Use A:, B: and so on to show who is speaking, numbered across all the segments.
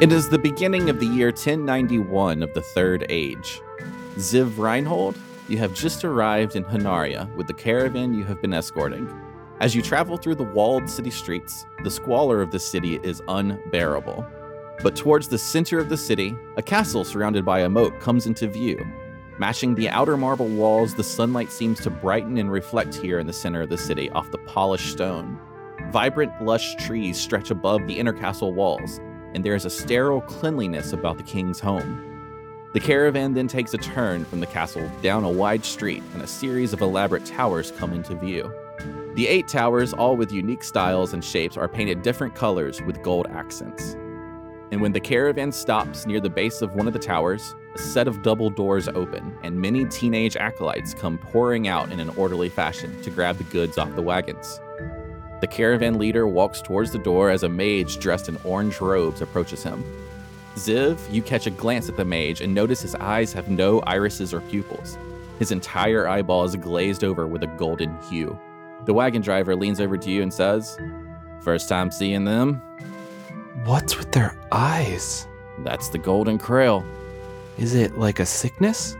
A: It is the beginning of the year 1091 of the Third Age. Ziv Reinhold, you have just arrived in Hanaria with the caravan you have been escorting. As you travel through the walled city streets, the squalor of the city is unbearable. But towards the center of the city, a castle surrounded by a moat comes into view. Matching the outer marble walls, the sunlight seems to brighten and reflect here in the center of the city off the polished stone. Vibrant, lush trees stretch above the inner castle walls, and there is a sterile cleanliness about the king's home. The caravan then takes a turn from the castle down a wide street, and a series of elaborate towers come into view. The eight towers, all with unique styles and shapes, are painted different colors with gold accents. And when the caravan stops near the base of one of the towers, a set of double doors open, and many teenage acolytes come pouring out in an orderly fashion to grab the goods off the wagons. The caravan leader walks towards the door as a mage dressed in orange robes approaches him. Ziv, you catch a glance at the mage and notice his eyes have no irises or pupils. His entire eyeball is glazed over with a golden hue. The wagon driver leans over to you and says, First time seeing them?
B: What's with their eyes?
A: That's the golden krail.
B: Is it like a sickness?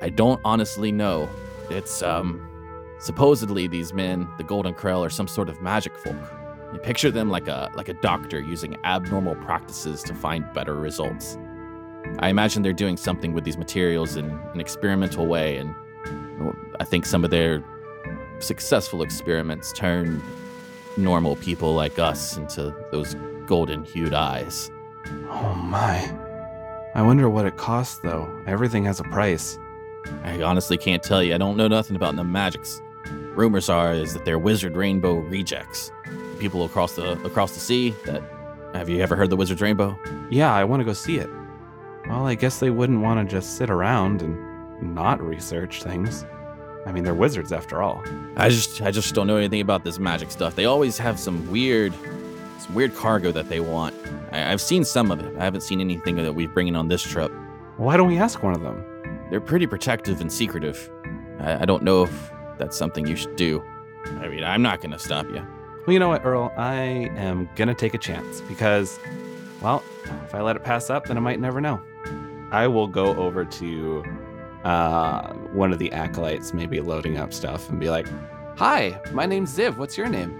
A: I don't honestly know. It's, um, supposedly these men, the golden krail, are some sort of magic folk. You picture them like a like a doctor using abnormal practices to find better results. I imagine they're doing something with these materials in an experimental way, and well, I think some of their successful experiments turn normal people like us into those golden hued eyes.
B: Oh my. I wonder what it costs though. Everything has a price.
A: I honestly can't tell you. I don't know nothing about them magics. Rumors are is that they're wizard rainbow rejects. People across the across the sea that have you ever heard the wizard's rainbow?
B: Yeah, I want to go see it. Well, I guess they wouldn't want to just sit around and not research things. I mean, they're wizards after all.
A: I just I just don't know anything about this magic stuff. They always have some weird some weird cargo that they want. I, I've seen some of it. I haven't seen anything that we've bringing on this trip.
B: Why don't we ask one of them?
A: They're pretty protective and secretive. I, I don't know if that's something you should do. I mean, I'm not gonna stop you.
B: Well, you know what, Earl? I am going to take a chance because, well, if I let it pass up, then I might never know. I will go over to uh, one of the acolytes, maybe loading up stuff, and be like, Hi, my name's Ziv. What's your name?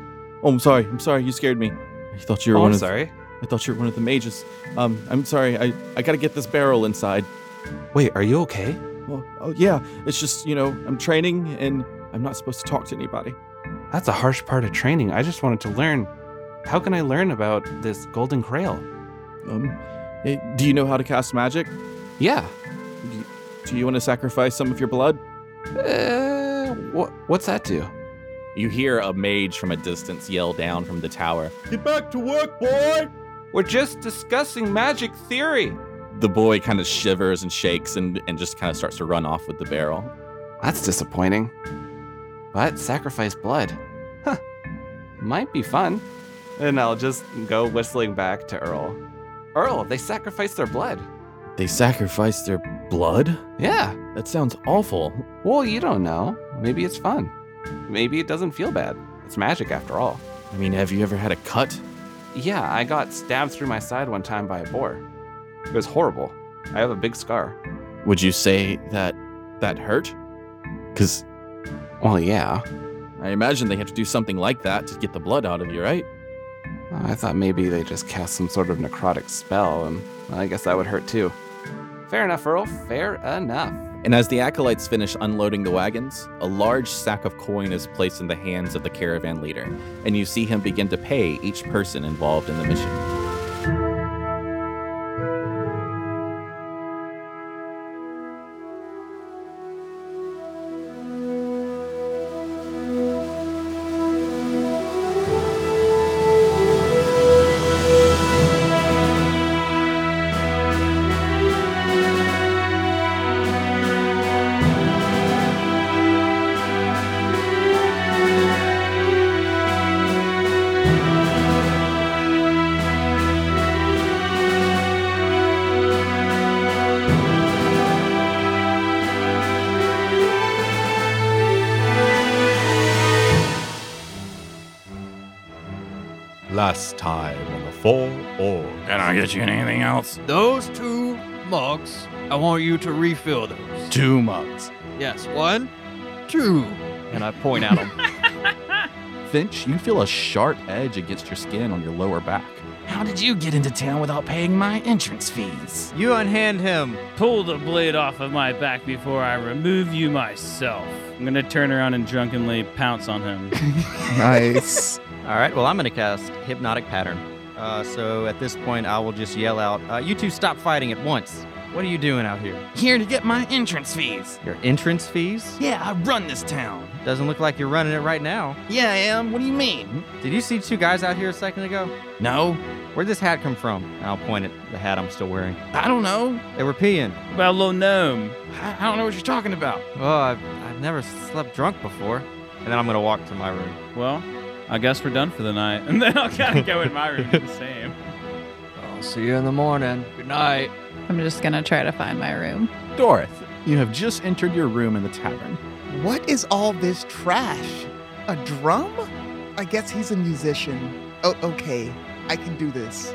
A: Oh, I'm sorry. I'm sorry. You scared me. I thought you
B: Oh,
A: were
B: I'm
A: one of.
B: sorry.
A: I thought you were one of the mages. Um, I'm sorry. I I gotta get this barrel inside.
B: Wait, are you okay?
A: Well, oh yeah. It's just you know I'm training and I'm not supposed to talk to anybody.
B: That's a harsh part of training. I just wanted to learn. How can I learn about this golden krail?
A: Um, eh, do you know how to cast magic?
B: Yeah.
A: Do you, do you want to sacrifice some of your blood?
B: Uh, wha what's that do?
A: You hear a mage from a distance yell down from the tower. Get back to work, boy!
B: We're just discussing magic theory.
A: The boy kind of shivers and shakes and, and just kind of starts to run off with the barrel.
B: That's disappointing. But sacrifice blood. Huh. Might be fun. And I'll just go whistling back to Earl. Earl, they sacrificed their blood.
A: They sacrificed their blood?
B: Yeah.
A: That sounds awful.
B: Well, you don't know. Maybe it's fun. Maybe it doesn't feel bad. It's magic after all.
A: I mean, have you ever had a cut?
B: Yeah, I got stabbed through my side one time by a boar. It was horrible. I have a big scar.
A: Would you say that that hurt? Because
B: Well, yeah.
A: I imagine they have to do something like that to get the blood out of you, right?
B: I thought maybe they just cast some sort of necrotic spell, and I guess that would hurt too. Fair enough, Earl. Fair enough.
A: And as the acolytes finish unloading the wagons, a large sack of coin is placed in the hands of the caravan leader, and you see him begin to pay each person involved in the mission.
C: Last time on the full orb.
A: Can I get you anything else?
D: Those two mugs, I want you to refill those.
A: Two mugs.
D: Yes, one, two. And I point at them.
A: Finch, you feel a sharp edge against your skin on your lower back. How did you get into town without paying my entrance fees?
E: You unhand him.
F: Pull the blade off of my back before I remove you myself. I'm gonna turn around and drunkenly pounce on him.
E: Nice. All right. Well, I'm going to cast Hypnotic Pattern. Uh, so at this point, I will just yell out, uh, "You two, stop fighting at once! What are you doing out here?
G: Here to get my entrance fees.
E: Your entrance fees?
G: Yeah, I run this town.
E: Doesn't look like you're running it right now.
G: Yeah, I am. What do you mean?
E: Did you see two guys out here a second ago?
G: No,
E: Where'd this hat come from? And I'll point at the hat I'm still wearing.
G: I don't know.
E: They were peeing.
F: About little gnome.
G: I, I don't know what you're talking about.
E: Oh, I've, I've never slept drunk before. And then I'm going to walk to my room.
F: Well, I guess we're done for the night. And then I'll kind of go in my room and do the same.
D: I'll see you in the morning. Good night.
H: I'm just gonna try to find my room.
A: Dorothy, you have just entered your room in the tavern.
I: What is all this trash? A drum? I guess he's a musician. Oh, okay. I can do this.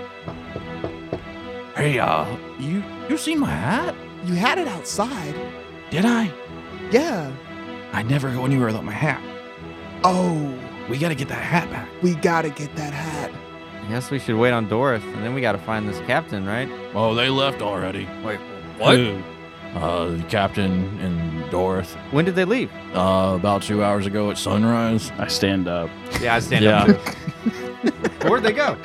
G: Hey, uh, you you seen my hat?
I: You had it outside.
G: Did I?
I: Yeah.
G: I never go anywhere without my hat.
I: Oh,
G: We gotta get that hat back.
I: we gotta get that hat.
E: I guess we should wait on Doris, and then we got to find this captain, right?
A: Oh, they left already.
D: Wait,
A: Who? Uh, the captain and Dorothy.
E: When did they leave?
A: Uh, about two hours ago at sunrise.
F: I stand up.
E: Yeah, I stand
F: up,
E: Where'd they go?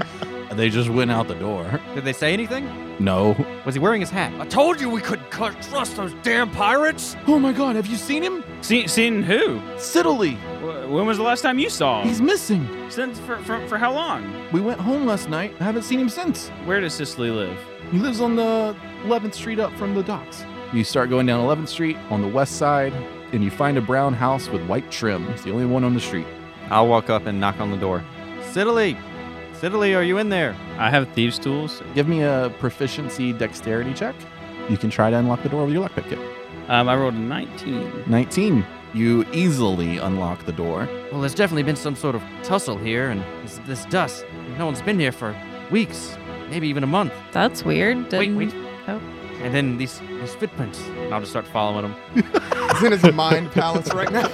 A: They just went out the door.
E: Did they say anything?
A: No.
E: Was he wearing his hat?
D: I told you we couldn't cut, trust those damn pirates.
G: Oh my god, have you seen him?
F: See, seen who?
G: Sidley!
F: Wh- When was the last time you saw him?
G: He's missing.
F: Since for, for, for how long?
G: We went home last night. I haven't seen him since.
F: Where does Cicely live?
G: He lives on the 11th Street up from the docks.
A: You start going down 11th Street on the west side, and you find a brown house with white trim. It's the only one on the street.
E: I'll walk up and knock on the door. Sidley! Sidley, are you in there?
F: I have thieves' tools.
A: Give me a proficiency dexterity check. You can try to unlock the door with your lockpick kit.
F: Um, I rolled a 19.
A: 19. You easily unlock the door.
E: Well, there's definitely been some sort of tussle here, and this, this dust. No one's been here for weeks, maybe even a month.
H: That's weird.
E: Wait,
H: Didn't-
E: wait.
H: Oh.
E: And then these, these footprints. And I'll just start following them.
I: He's in his mind palace right now.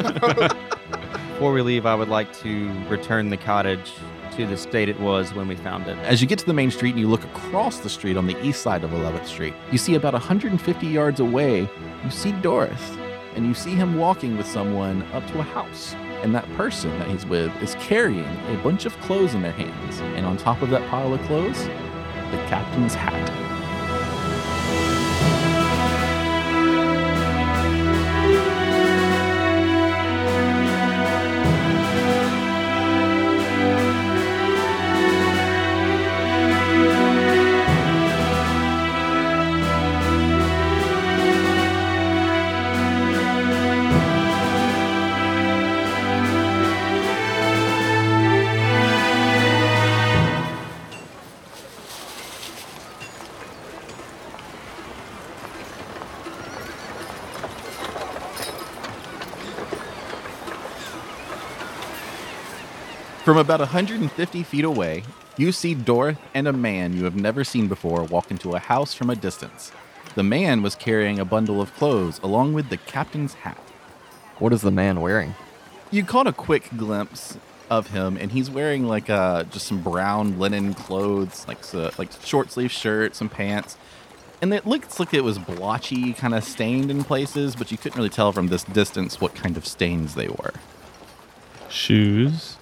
E: Before we leave, I would like to return the cottage to the state it was when we found it.
A: As you get to the main street and you look across the street on the east side of 11th Street, you see about 150 yards away, you see Doris, and you see him walking with someone up to a house. And that person that he's with is carrying a bunch of clothes in their hands. And on top of that pile of clothes, the captain's hat. From about 150 feet away, you see Dorth and a man you have never seen before walk into a house from a distance. The man was carrying a bundle of clothes along with the captain's hat.
E: What is the man wearing?
A: You caught a quick glimpse of him, and he's wearing like uh, just some brown linen clothes, like so, like short sleeve shirt, some pants, and it looks like it was blotchy, kind of stained in places, but you couldn't really tell from this distance what kind of stains they were.
F: Shoes.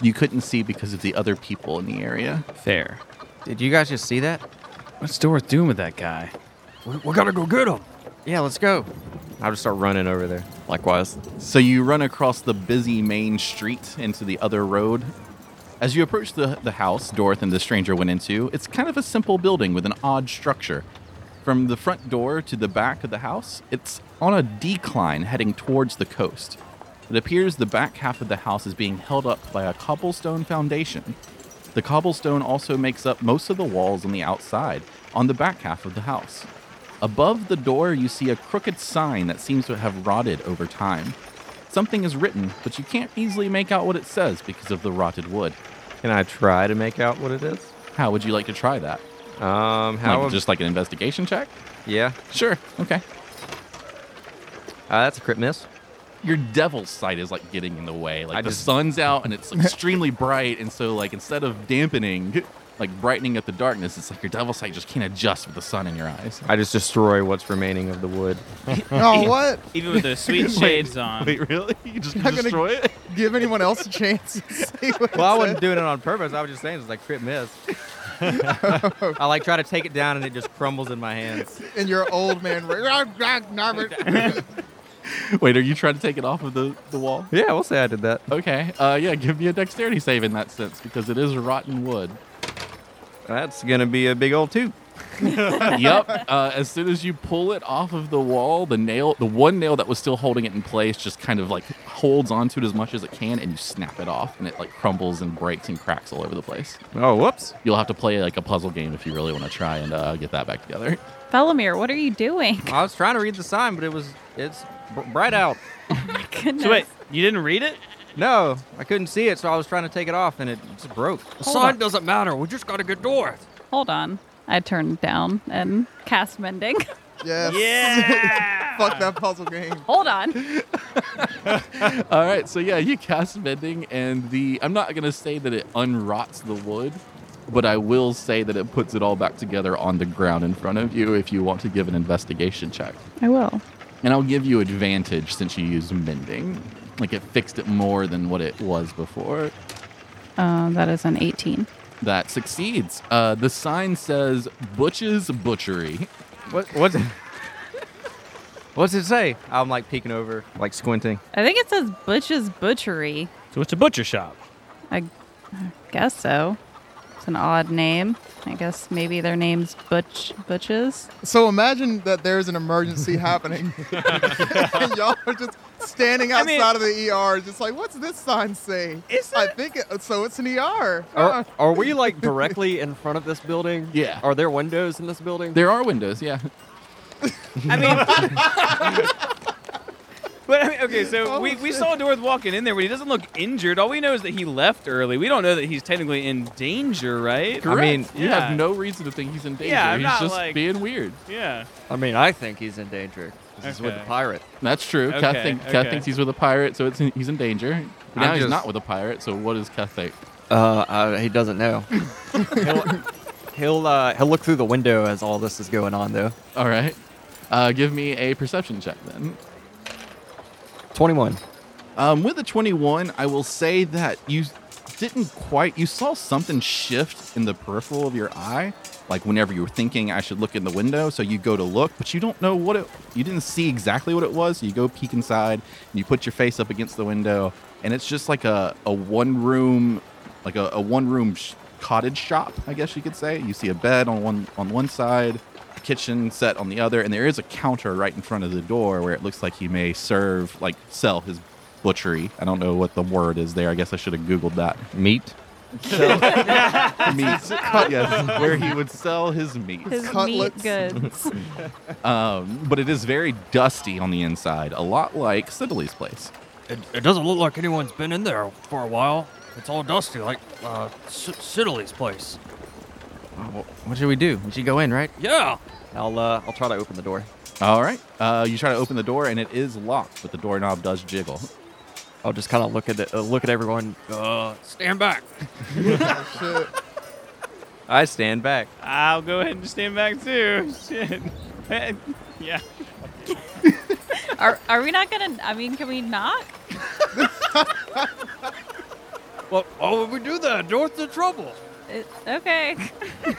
A: You couldn't see because of the other people in the area.
F: Fair.
E: Did you guys just see that?
F: What's Doris doing with that guy?
D: We, we gotta go get them.
E: Yeah, let's go. I'll just start running over there.
B: Likewise.
A: So you run across the busy main street into the other road. As you approach the, the house Dorothy and the stranger went into, it's kind of a simple building with an odd structure. From the front door to the back of the house, it's on a decline heading towards the coast. It appears the back half of the house is being held up by a cobblestone foundation. The cobblestone also makes up most of the walls on the outside, on the back half of the house. Above the door, you see a crooked sign that seems to have rotted over time. Something is written, but you can't easily make out what it says because of the rotted wood.
E: Can I try to make out what it is?
A: How would you like to try that?
E: Um, how?
A: like, just like an investigation check?
E: yeah,
A: Sure. Okay.
E: uh, that's a crit miss.
A: Your devil's sight is like getting in the way. Like
E: I
A: the
E: just-
A: sun's out and it's extremely bright, and so like instead of dampening, like brightening up the darkness, it's like your devil's sight just can't adjust with the sun in your eyes.
E: I just destroy what's remaining of the wood.
I: Oh, what?
F: Even with those sweet shades on.
A: really? You just
I: not gonna- destroy
A: it?
I: Give anyone else a chance. to see what
E: Well, I
I: it
E: wasn't doing it on purpose. I was just saying it's like crit miss. I like try to take it down and it just crumbles in my hands.
I: says. And your old man.
A: Wait, are you trying to take it off of the, the wall?
E: Yeah, we'll say I did that.
A: Okay. Uh, yeah, give me a dexterity save in that sense because it is rotten wood.
E: That's gonna be a big old two.
A: yep. Uh, as soon as you pull it off of the wall, the nail, the one nail that was still holding it in place, just kind of like holds onto it as much as it can, and you snap it off, and it like crumbles and breaks and cracks all over the place.
E: Oh, whoops!
A: You'll have to play like a puzzle game if you really want to try and uh, get that back together.
H: Felomir, what are you doing?
E: I was trying to read the sign, but it was it's br- bright out.
H: Oh My goodness.
F: So wait, you didn't read it?
E: No, I couldn't see it, so I was trying to take it off, and it just broke.
H: sign
D: doesn't matter. We just gotta get north.
H: Hold on. I turned down and cast mending.
I: yes.
F: Yeah.
I: Fuck that puzzle game.
H: Hold on.
A: All right, so yeah, you cast bending, and the I'm not gonna say that it unrots the wood, but I will say that it puts it all back together on the ground in front of you if you want to give an investigation check.
H: I will.
A: And I'll give you advantage since you used mending. Like it fixed it more than what it was before.
H: Uh, that is an 18.
A: That succeeds. Uh, the sign says Butch's Butchery.
E: What what's what's it say? I'm like peeking over, like squinting.
H: I think it says Butch's Butchery.
F: So it's a butcher shop.
H: I I guess so. It's an odd name. I guess maybe their name's Butch Butches.
I: So imagine that there's an emergency happening, and y'all are just standing outside
F: mean-
I: of the ER, just like, what's this sign say?
F: Is
I: I think it, uh, so. It's an ER.
C: Are, are we like directly in front of this building?
A: Uh. Yeah.
C: Are there windows in this building?
A: There are windows, yeah.
F: I mean, but I mean, okay. So
I: Oh,
F: we, we
I: shit.
F: saw Dorth walking in there, but he doesn't look injured. All we know is that he left early. We don't know that he's technically in danger, right?
E: I mean,
A: You
F: Yeah.
A: have no reason to think he's in danger.
F: Yeah, I'm
A: he's
F: not,
A: just
F: like-
A: being weird.
F: yeah.
C: I mean, I think he's in danger. 'cause He's with the
F: Okay.
C: pirate.
A: That's true. Kath,
F: Okay,
A: think, Kath
F: okay.
A: thinks he's with a pirate, so it's in, he's in danger. But
E: I'm
A: now he's
E: just-
A: not with a pirate, so what does Kath think?
C: Uh, uh, he doesn't know. he'll he'll, uh, he'll look through the window as all this is going on, though.
A: All right. Uh, give me a perception check then.
C: Twenty-one.
A: Um, with the 21, I will say that you didn't quite. You saw something shift in the peripheral of your eye, like whenever you were thinking I should look in the window. So you go to look, but you don't know what it. You didn't see exactly what it was. So you go peek inside, and you put your face up against the window, and it's just like a a one room, like a, a one room sh- cottage shop, I guess you could say. You see a bed on one on one side. a Kitchen set on the other, and there is a counter right in front of the door where it looks like he may serve, like sell his butchery. I don't know what the word is there. I guess I should have googled that.
E: Meat.
A: meat. yes, where he would sell his meat.
H: His
I: Cutlets.
H: meat goods.
A: Um, but it is very dusty on the inside, a lot like Sidley's place.
D: It, it doesn't look like anyone's been in there for a while. It's all dusty, like uh, S- Sidley's place.
E: What should we do? We should go in, right?
D: Yeah.
C: I'll uh, I'll try to open the door.
A: All right. Uh, you try to open the door, and it is locked, but the doorknob does jiggle.
C: I'll just kind of look at it, uh, look at everyone.
D: Uh, stand back.
I: Shit.
E: I stand back.
F: I'll go ahead and stand back too. Shit. yeah.
H: Are, are we not gonna? I mean, can we knock?
D: Well, why would we do that? North the trouble.
H: It, okay.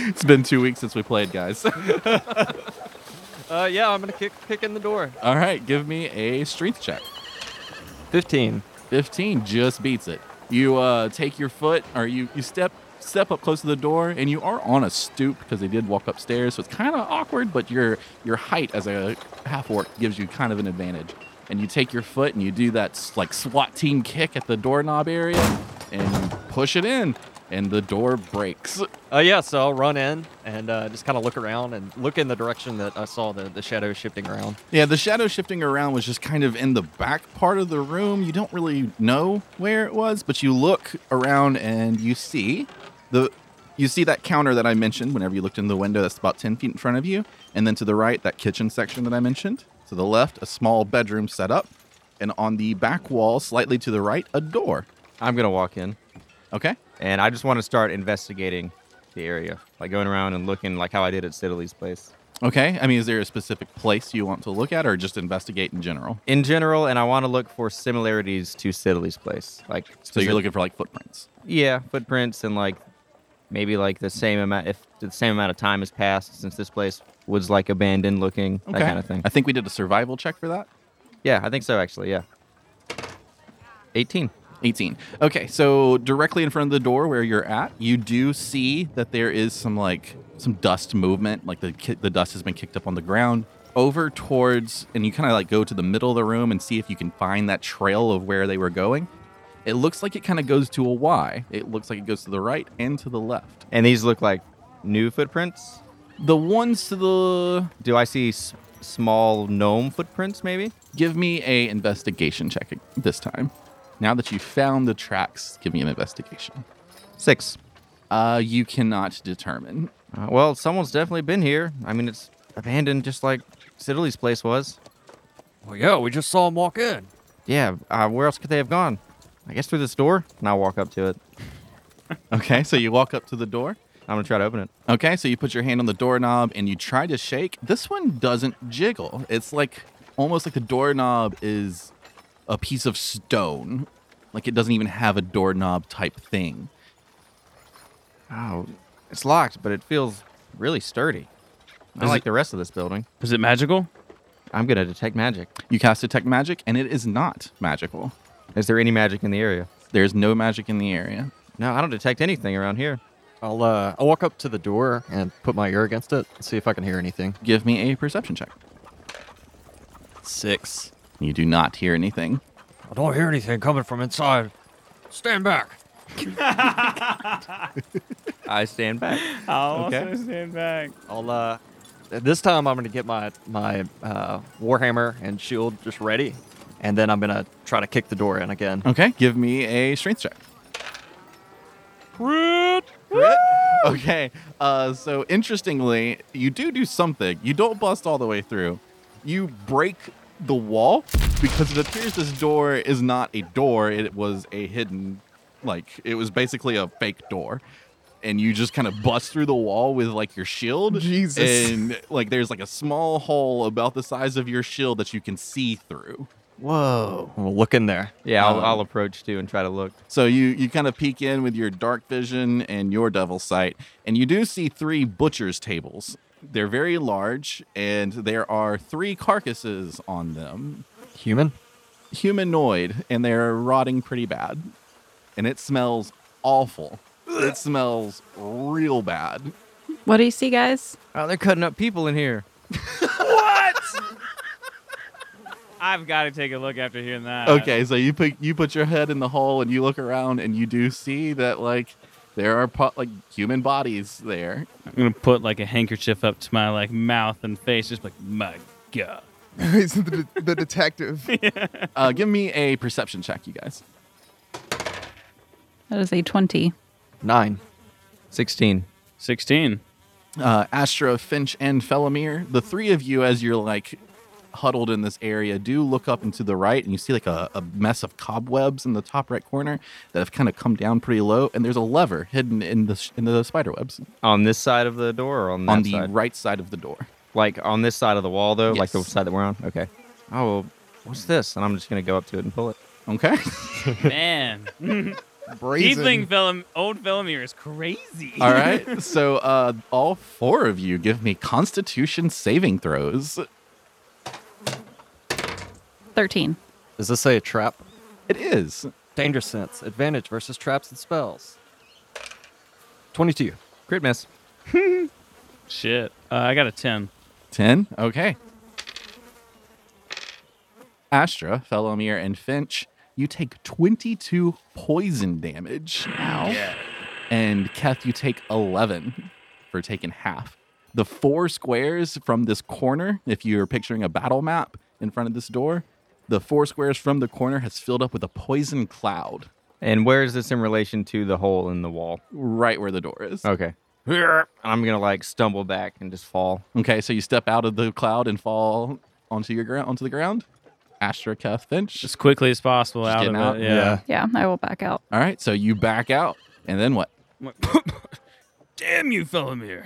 A: It's been two weeks since we played, guys.
C: Uh, yeah, I'm gonna kick kick in the door.
A: All right. Give me a strength check.
C: Fifteen.
A: 15 just beats it. You uh, take your foot, or you, you step step up close to the door, and you are on a stoop because they did walk upstairs, so it's kind of awkward. But your your height as a half orc gives you kind of an advantage. And you take your foot and you do that s- like SWAT team kick at the doorknob area, and you push it in, and the door breaks.
C: Uh, yeah, so I'll run in and uh, just kind of look around and look in the direction that I saw the, the shadow shifting around.
A: Yeah, the shadow shifting around was just kind of in the back part of the room. You don't really know where it was, but you look around and you see the you see that counter that I mentioned whenever you looked in the window that's about 10 feet in front of you, and then to the right that kitchen section that I mentioned. To the left, a small bedroom set up, and on the back wall, slightly to the right, a door.
E: I'm gonna walk in,
A: Okay?
E: and I just want to start investigating the area, like going around and looking, like how I did at Sidley's place.
A: Okay. I mean, is there a specific place you want to look at or just investigate in general?
E: In general, and I want to look for similarities to Sidley's place, like
A: So you're looking for like footprints.
E: Yeah, footprints and like maybe like the same amount if the same amount of time has passed since this place was like abandoned looking that kind of thing.
A: I think we did a survival check for that.
E: Yeah, I think so actually. Yeah, eighteen.
A: 18. Okay, so directly in front of the door where you're at, you do see that there is some like some dust movement, like the ki- the dust has been kicked up on the ground over towards and you kind of like go to the middle of the room and see if you can find that trail of where they were going. It looks like it kind of goes to a Y. It looks like it goes to the right and to the left.
E: And these look like new footprints.
A: The ones to the
E: Do I see s- small gnome footprints maybe?
A: give me a investigation check this time. Now that you found the tracks, give me an investigation.
E: Six.
A: Uh, you cannot determine.
E: Uh, well, someone's definitely been here. I mean, it's abandoned just like Sidley's place was.
D: Well, yeah, we just saw him walk in.
E: Yeah, uh, where else could they have gone? I guess through this door. And I walk up to it.
A: Okay, so you walk up to the door.
E: I'm gonna try to open it.
A: Okay, so you put your hand on the doorknob and you try to shake. This one doesn't jiggle. It's like almost like the doorknob is a piece of stone. Like it doesn't even have a doorknob type thing.
E: Oh, it's locked, but it feels really sturdy. I
F: Is
E: like
F: it-
E: the rest of this building.
F: Is it magical?
E: I'm gonna detect magic.
A: You cast detect magic and it is not magical.
E: Is there any magic in the area?
A: There's no magic in the area.
E: No, I don't detect anything around here.
C: I'll uh, I'll walk up to the door and put my ear against it and see if I can hear anything.
A: Give me a perception check.
C: Six.
A: You do not hear anything.
D: I don't hear anything coming from inside. Stand back.
E: I stand back.
F: I'll
A: Okay.
F: also stand back.
C: I'll uh, this time I'm gonna get my my uh, warhammer and shield just ready, and then I'm gonna try to kick the door in again.
A: Okay, give me a strength check. Okay. Uh, so interestingly, you do do something. You don't bust all the way through. You break the wall because it appears this door is not a door. It was a hidden, like it was basically a fake door. And you just kind of bust through the wall with like your shield.
I: Jesus.
A: And like there's like a small hole about the size of your shield that you can see through.
C: Whoa! We'll look in there. Uh,
E: Yeah, I'll,
A: Um,
E: I'll approach too and try to look.
A: So you you kind of peek in with your dark vision and your devil sight, and you do see three butchers' tables. They're very large, and there are three carcasses on them,
C: Human.
A: humanoid, and they're rotting pretty bad, and it smells awful. It smells real bad.
H: What do you see, guys?
E: Oh, they're cutting up people in here.
F: I've got to take a look after hearing that.
A: Okay, so you put you put your head in the hole and you look around and you do see that like there are po- like human bodies there.
F: I'm gonna put like a handkerchief up to my like mouth and face, just like my god.
I: He's the, de- the detective.
A: Uh, give me a perception check, you guys.
H: That is a 20.
C: Nine.
E: Sixteen.
F: Sixteen.
A: uh, Astra, Finch, and Felomir, the three of you, as you're like huddled in this area, do look up and to the right, and you see like a, a mess of cobwebs in the top right corner that have kind of come down pretty low. And there's a lever hidden in the sh- in the spider webs
E: On this side of the door or on that
A: on the
E: side?
A: right side of the door.
E: like on this side of the wall though, like the
A: Yes.
E: side that we're on. Okay. Oh, well, what's this? And I'm just gonna go up to it and pull it.
A: Okay,
F: Man,
I: Brazen.
F: Deepling Felom- old Felomir is crazy.
A: all right. So uh, all four of you give me Constitution saving throws.
H: 13.
C: Does this say a trap?
A: It is
C: Danger sense. Advantage versus traps and spells. Twenty-two.
E: Crit miss.
F: Shit, uh, I got a ten.
A: ten. Okay. Astra, Felomir, and Finch, you take 22 poison damage.
H: Ow.
A: And Keth, you take 11 for taking half. The four squares from this corner, if you're picturing a battle map in front of this door, the four squares from the corner has filled up with a poison cloud
E: And where is this in relation to the hole in the wall?
A: right where the door is.
E: Okay. I'm gonna like stumble back and just fall.
A: Okay, so you step out of the cloud and fall onto your ground onto the ground. Astra Keth Finch.
F: As quickly as possible out of
A: getting
F: it.
A: out?
F: Yeah.
H: Yeah, I will back out.
A: All right, so you back out, and then what?
F: Damn you, Felomir.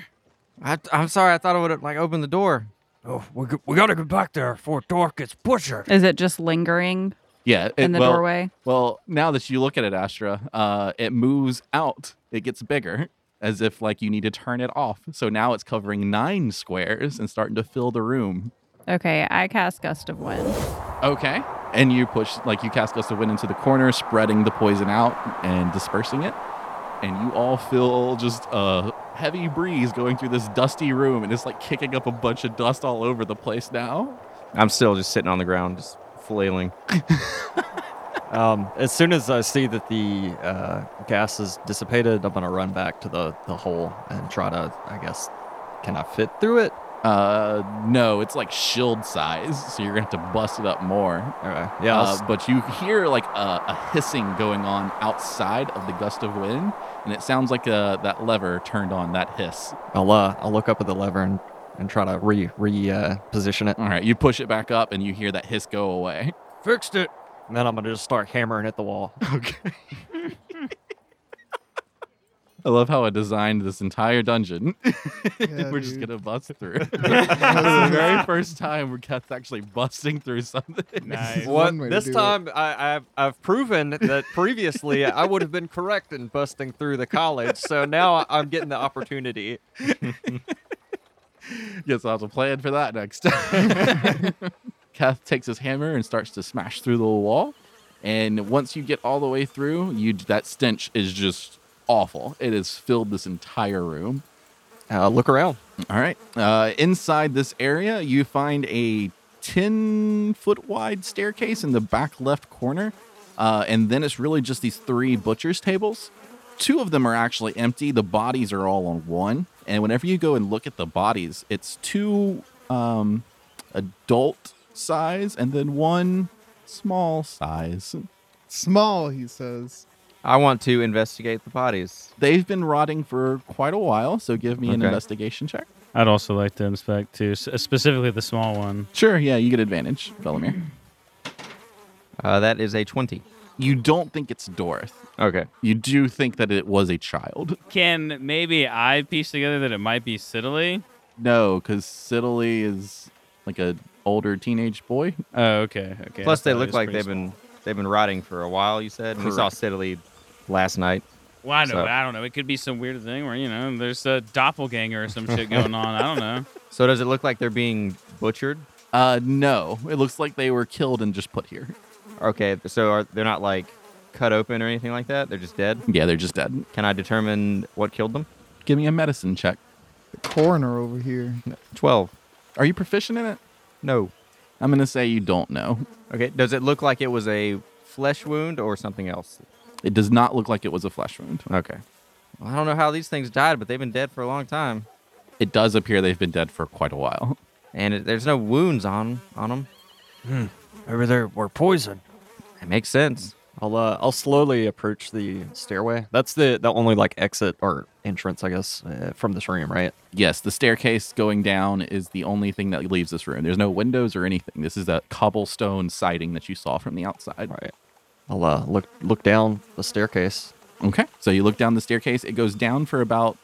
E: I, I'm sorry. I thought I would have like opened the door.
D: Oh, we, g- we gotta get back there before dark gets butchered.
H: Is it just lingering?
A: Yeah, it-
H: In the
A: well-
H: doorway?
A: Well, now that you look at it, Astra, uh, it moves out. It gets bigger, as if like you need to turn it off. So now it's covering nine squares and starting to fill the room.
H: Okay, I cast gust of wind.
A: Okay, and you push like you cast gust of wind into the corner, spreading the poison out and dispersing it. And you all feel just a heavy breeze going through this dusty room, and it's like kicking up a bunch of dust all over the place now.
E: I'm still just sitting on the ground, just flailing.
C: Um, as soon as I see that the uh, gas is dissipated, I'm gonna run back to the, the hole and try to. I guess can I fit through it?
A: Uh, no, it's like shield size, so you're gonna have to bust it up more.
C: All right. Yeah. I'll
A: Uh,
C: s-
A: but you hear like a, a hissing going on outside of the gust of wind, and it sounds like uh, that lever turned on that hiss.
C: I'll uh, I'll look up at the lever and, and try to re re uh, position it.
A: All right, you push it back up, and you hear that hiss go away.
D: Fixed it.
C: And then I'm gonna just start hammering at the wall.
A: I love how I designed this entire dungeon.
I: Yeah,
A: We're just
I: dude.
A: gonna bust through. this is the very first time we're Keth's actually busting through something.
I: This is
C: What
I: one way to
C: this
I: do it.
C: time I, I've I've proven that previously I would have been correct in busting through the college, so now I'm getting the opportunity.
A: Guess I'll have to plan for that next time. Kath takes his hammer and starts to smash through the wall. And once you get all the way through, you that stench is just awful. It has filled this entire room.
C: Uh, look around.
A: All right. Uh, inside this area, you find a 10 foot wide staircase in the back left corner. Uh, and then it's really just these three butcher's tables. Two of them are actually empty, the bodies are all on one. And whenever you go and look at the bodies, it's two um, adult size and then one small size.
I: Small, he says.
E: I want to investigate the bodies.
A: They've been rotting for quite a while, so give me an
E: Okay.
A: investigation check.
F: I'd also like to inspect too, s- specifically the small one.
A: Sure, yeah, you get advantage, Velimir.
E: Uh, that is a twenty.
A: You don't think it's Dorothy.
E: Okay.
A: you do think that it was a child.
F: Can maybe I piece together that it might be Siddeley?
A: No, because Siddeley is like a older teenage boy.
F: Oh, okay, okay.
E: Plus,
F: I
E: they
F: thought it
E: look
F: was
E: like
F: pretty
E: they've been they've been rotting for a while. You said and we saw
A: Correct.
E: Siddeley last night.
F: small. Well, I know,
E: so-
F: but I don't know. It could be some weird thing where you know there's a doppelganger or some shit going on. I don't know.
E: So does it look like they're being butchered?
A: Uh, no, it looks like they were killed and just put here.
E: Okay. So are they're not like cut open or anything like that? They're just dead.
A: Yeah, they're just dead.
E: Can I determine what killed them?
A: Give me a medicine check.
I: The coroner over here.
E: Twelve.
A: Are you proficient in it?
E: No.
A: I'm gonna say you don't know.
E: Okay. Does it look like it was a flesh wound or something else?
A: It does not look like it was a flesh wound.
E: Okay. Well, I don't know how these things died, but they've been dead for a long time,
A: It does appear they've been dead for quite a while.
E: and it, there's no wounds on on them.
D: Maybe they were poisoned.
E: It makes sense.
C: I'll uh, I'll slowly approach the stairway. That's the the only like exit or entrance, I guess, uh, from this room, right?
A: Yes, the staircase going down is the only thing that leaves this room. There's no windows or anything. This is that cobblestone siding that you saw from the outside.
C: Right. I'll uh, look look down the staircase.
A: Okay. So you look down the staircase. It goes down for about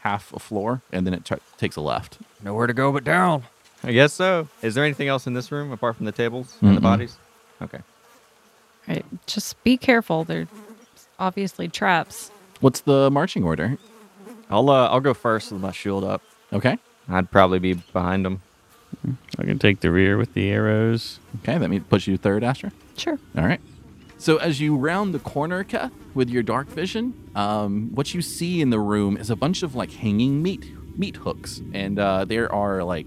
A: half a floor, and then it t- takes a left.
D: Nowhere to go but down.
E: I guess so. Is there anything else in this room apart from the tables and the
A: Mm-mm.
E: bodies? Okay.
H: Right. Just be careful. They're obviously traps.
A: What's the marching order?
C: I'll uh, I'll go first with my shield up.
A: Okay.
E: I'd probably be behind them.
F: Mm. I can take the rear with the arrows.
A: Okay. That means puts you third, Astra.
H: Sure.
A: All right. So as you round the corner, Keth, with your dark vision, um, what you see in the room is a bunch of like hanging meat meat hooks, and uh, there are like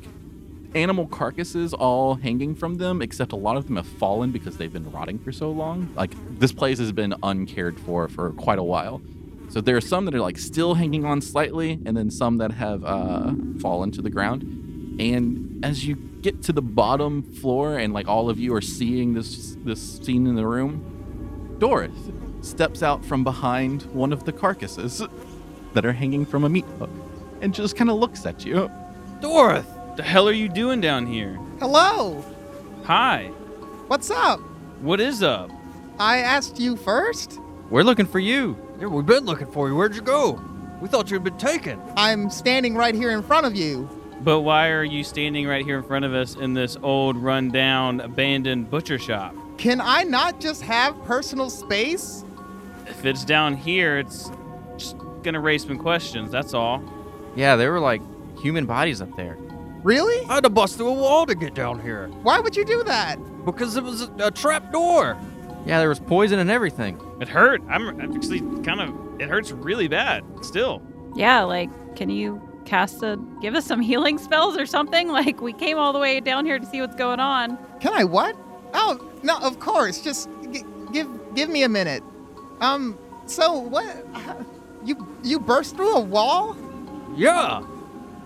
A: animal carcasses all hanging from them. Except a lot of them have fallen because they've been rotting for so long. Like this place has been uncared for for quite a while. So there are some that are like still hanging on slightly, and then some that have uh, fallen to the ground. And as you get to the bottom floor, and like all of you are seeing this this scene in the room, Dorith steps out from behind one of the carcasses that are hanging from a meat hook, and just kind of looks at you.
F: Dorth, the hell are you doing down here?
I: Hello.
F: Hi,
I: What's up?
F: what is up?
I: I asked you first.
E: We're looking for you.
D: Yeah, we've been looking for you. Where'd you go? We thought you'd been taken.
I: I'm standing right here in front of you.
F: But why are you standing right here in front of us in this old, rundown, abandoned butcher shop?
I: Can I not just have personal space?
F: If it's down here, it's just gonna raise some questions. That's all.
E: Yeah, there were like human bodies up there.
I: Really?
D: I had to bust through a wall to get down here
I: Why would you do that?
D: because it was a, a trap door.
E: Yeah, there was poison and everything.
F: It hurt. I'm I'm actually kind of. It hurts really bad. Still.
H: Yeah, like, can you cast a. give us some healing spells or something? Like, we came all the way down here to see what's going on.
I: Can I what? Oh, no, of course. Just g- give give me a minute. Um, so what you you burst through a wall?
D: Yeah,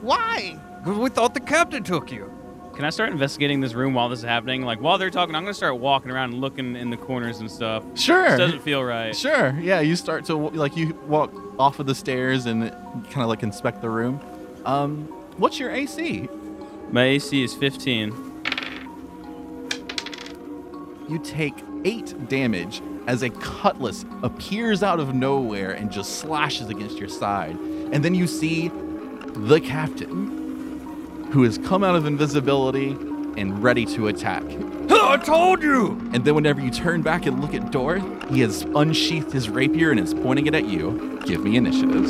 I: Why?
D: because we thought the captain took you.
F: Can I start investigating this room while this is happening? Like while they're talking, I'm gonna start walking around and looking in the corners and stuff. This
A: Sure.
F: doesn't feel right.
A: Sure. Yeah, you start to like you walk off of the stairs and kind of like inspect the room. Um, what's your AC?
F: My AC is 15.
A: You take eight damage as a cutlass appears out of nowhere and just slashes against your side, and then you see the captain who has come out of invisibility and ready to attack.
D: I told you.
A: And then whenever you turn back and look at Dorth, he has unsheathed his rapier and is pointing it at you. Give me initiatives.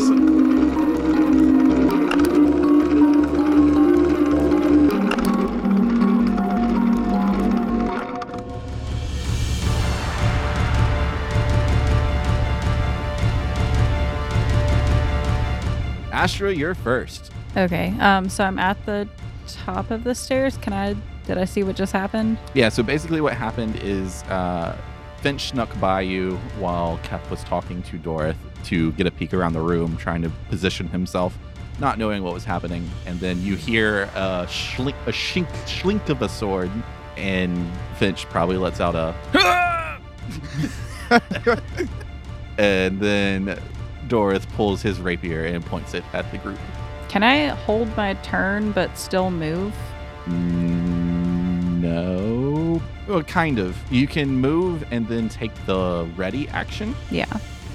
A: Ashra, you're first.
H: Okay, um, so I'm at the top of the stairs. Can I. did I see what just happened?
A: Yeah, so basically what happened is uh, Finch snuck by you while Kep was talking to Dorith to get a peek around the room, trying to position himself, not knowing what was happening. And then you hear a shlink, a shink, shlink of a sword, and Finch probably lets out a. and then Dorith pulls his rapier and points it at the group.
H: Can I hold my turn but still move?
A: Mm, No. Well, kind of. You can move and then take the ready action,
H: Yeah.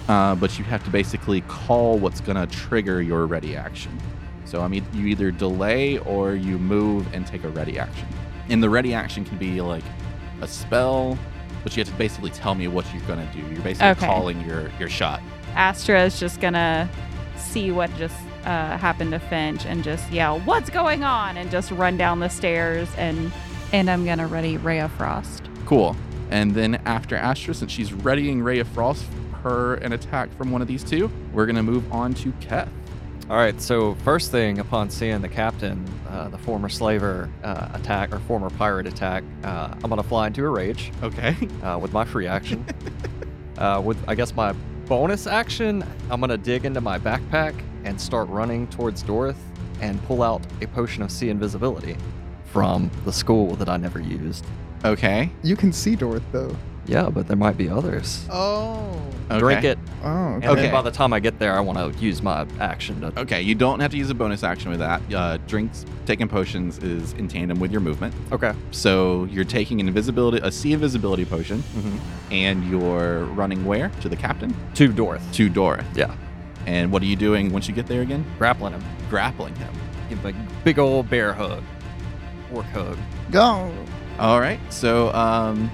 A: uh, but you have to basically call what's going to trigger your ready action. So, I mean, you either delay or you move and take a ready action. And the ready action can be like a spell, but you have to basically tell me what you're going to do. You're basically
H: Okay.
A: calling your, your shot.
H: Astra is just gonna see what just uh, happened to Finch and just yell, "What's going on?" and just run down the stairs and and I'm gonna ready Ray of Frost.
A: Cool. And then after Astra, since she's readying Ray of Frost, her an attack from one of these two, we're going to move on to Keth.
C: All right. So first thing, upon seeing the captain, uh, the former slaver uh, attack or former pirate attack, uh, I'm gonna fly into a rage
A: Okay.
C: uh, with my free action. uh, with I guess my bonus action, I'm gonna dig into my backpack and start running towards Dorith and pull out a potion of sea invisibility from the school that I never used.
A: Okay.
I: You can see Dorth though.
C: Yeah, but there might be others.
I: Oh.
A: okay.
C: Drink it,
I: Oh.
C: and
A: Okay.
C: then by the time I get there, I want to use my action to.
A: Okay, you don't have to use a bonus action with that. Uh, drinks, taking potions is in tandem with your movement.
C: Okay.
A: So you're taking an invisibility, a sea invisibility potion,
C: Mhm.
A: and you're running where? To the captain?
C: To Dorith.
A: To Dora.
C: Yeah.
A: And what are you doing once you get there again?
C: Grappling him.
A: Grappling him.
C: Give him a big old bear hug. Orc hug.
I: Go.
A: All right, so um,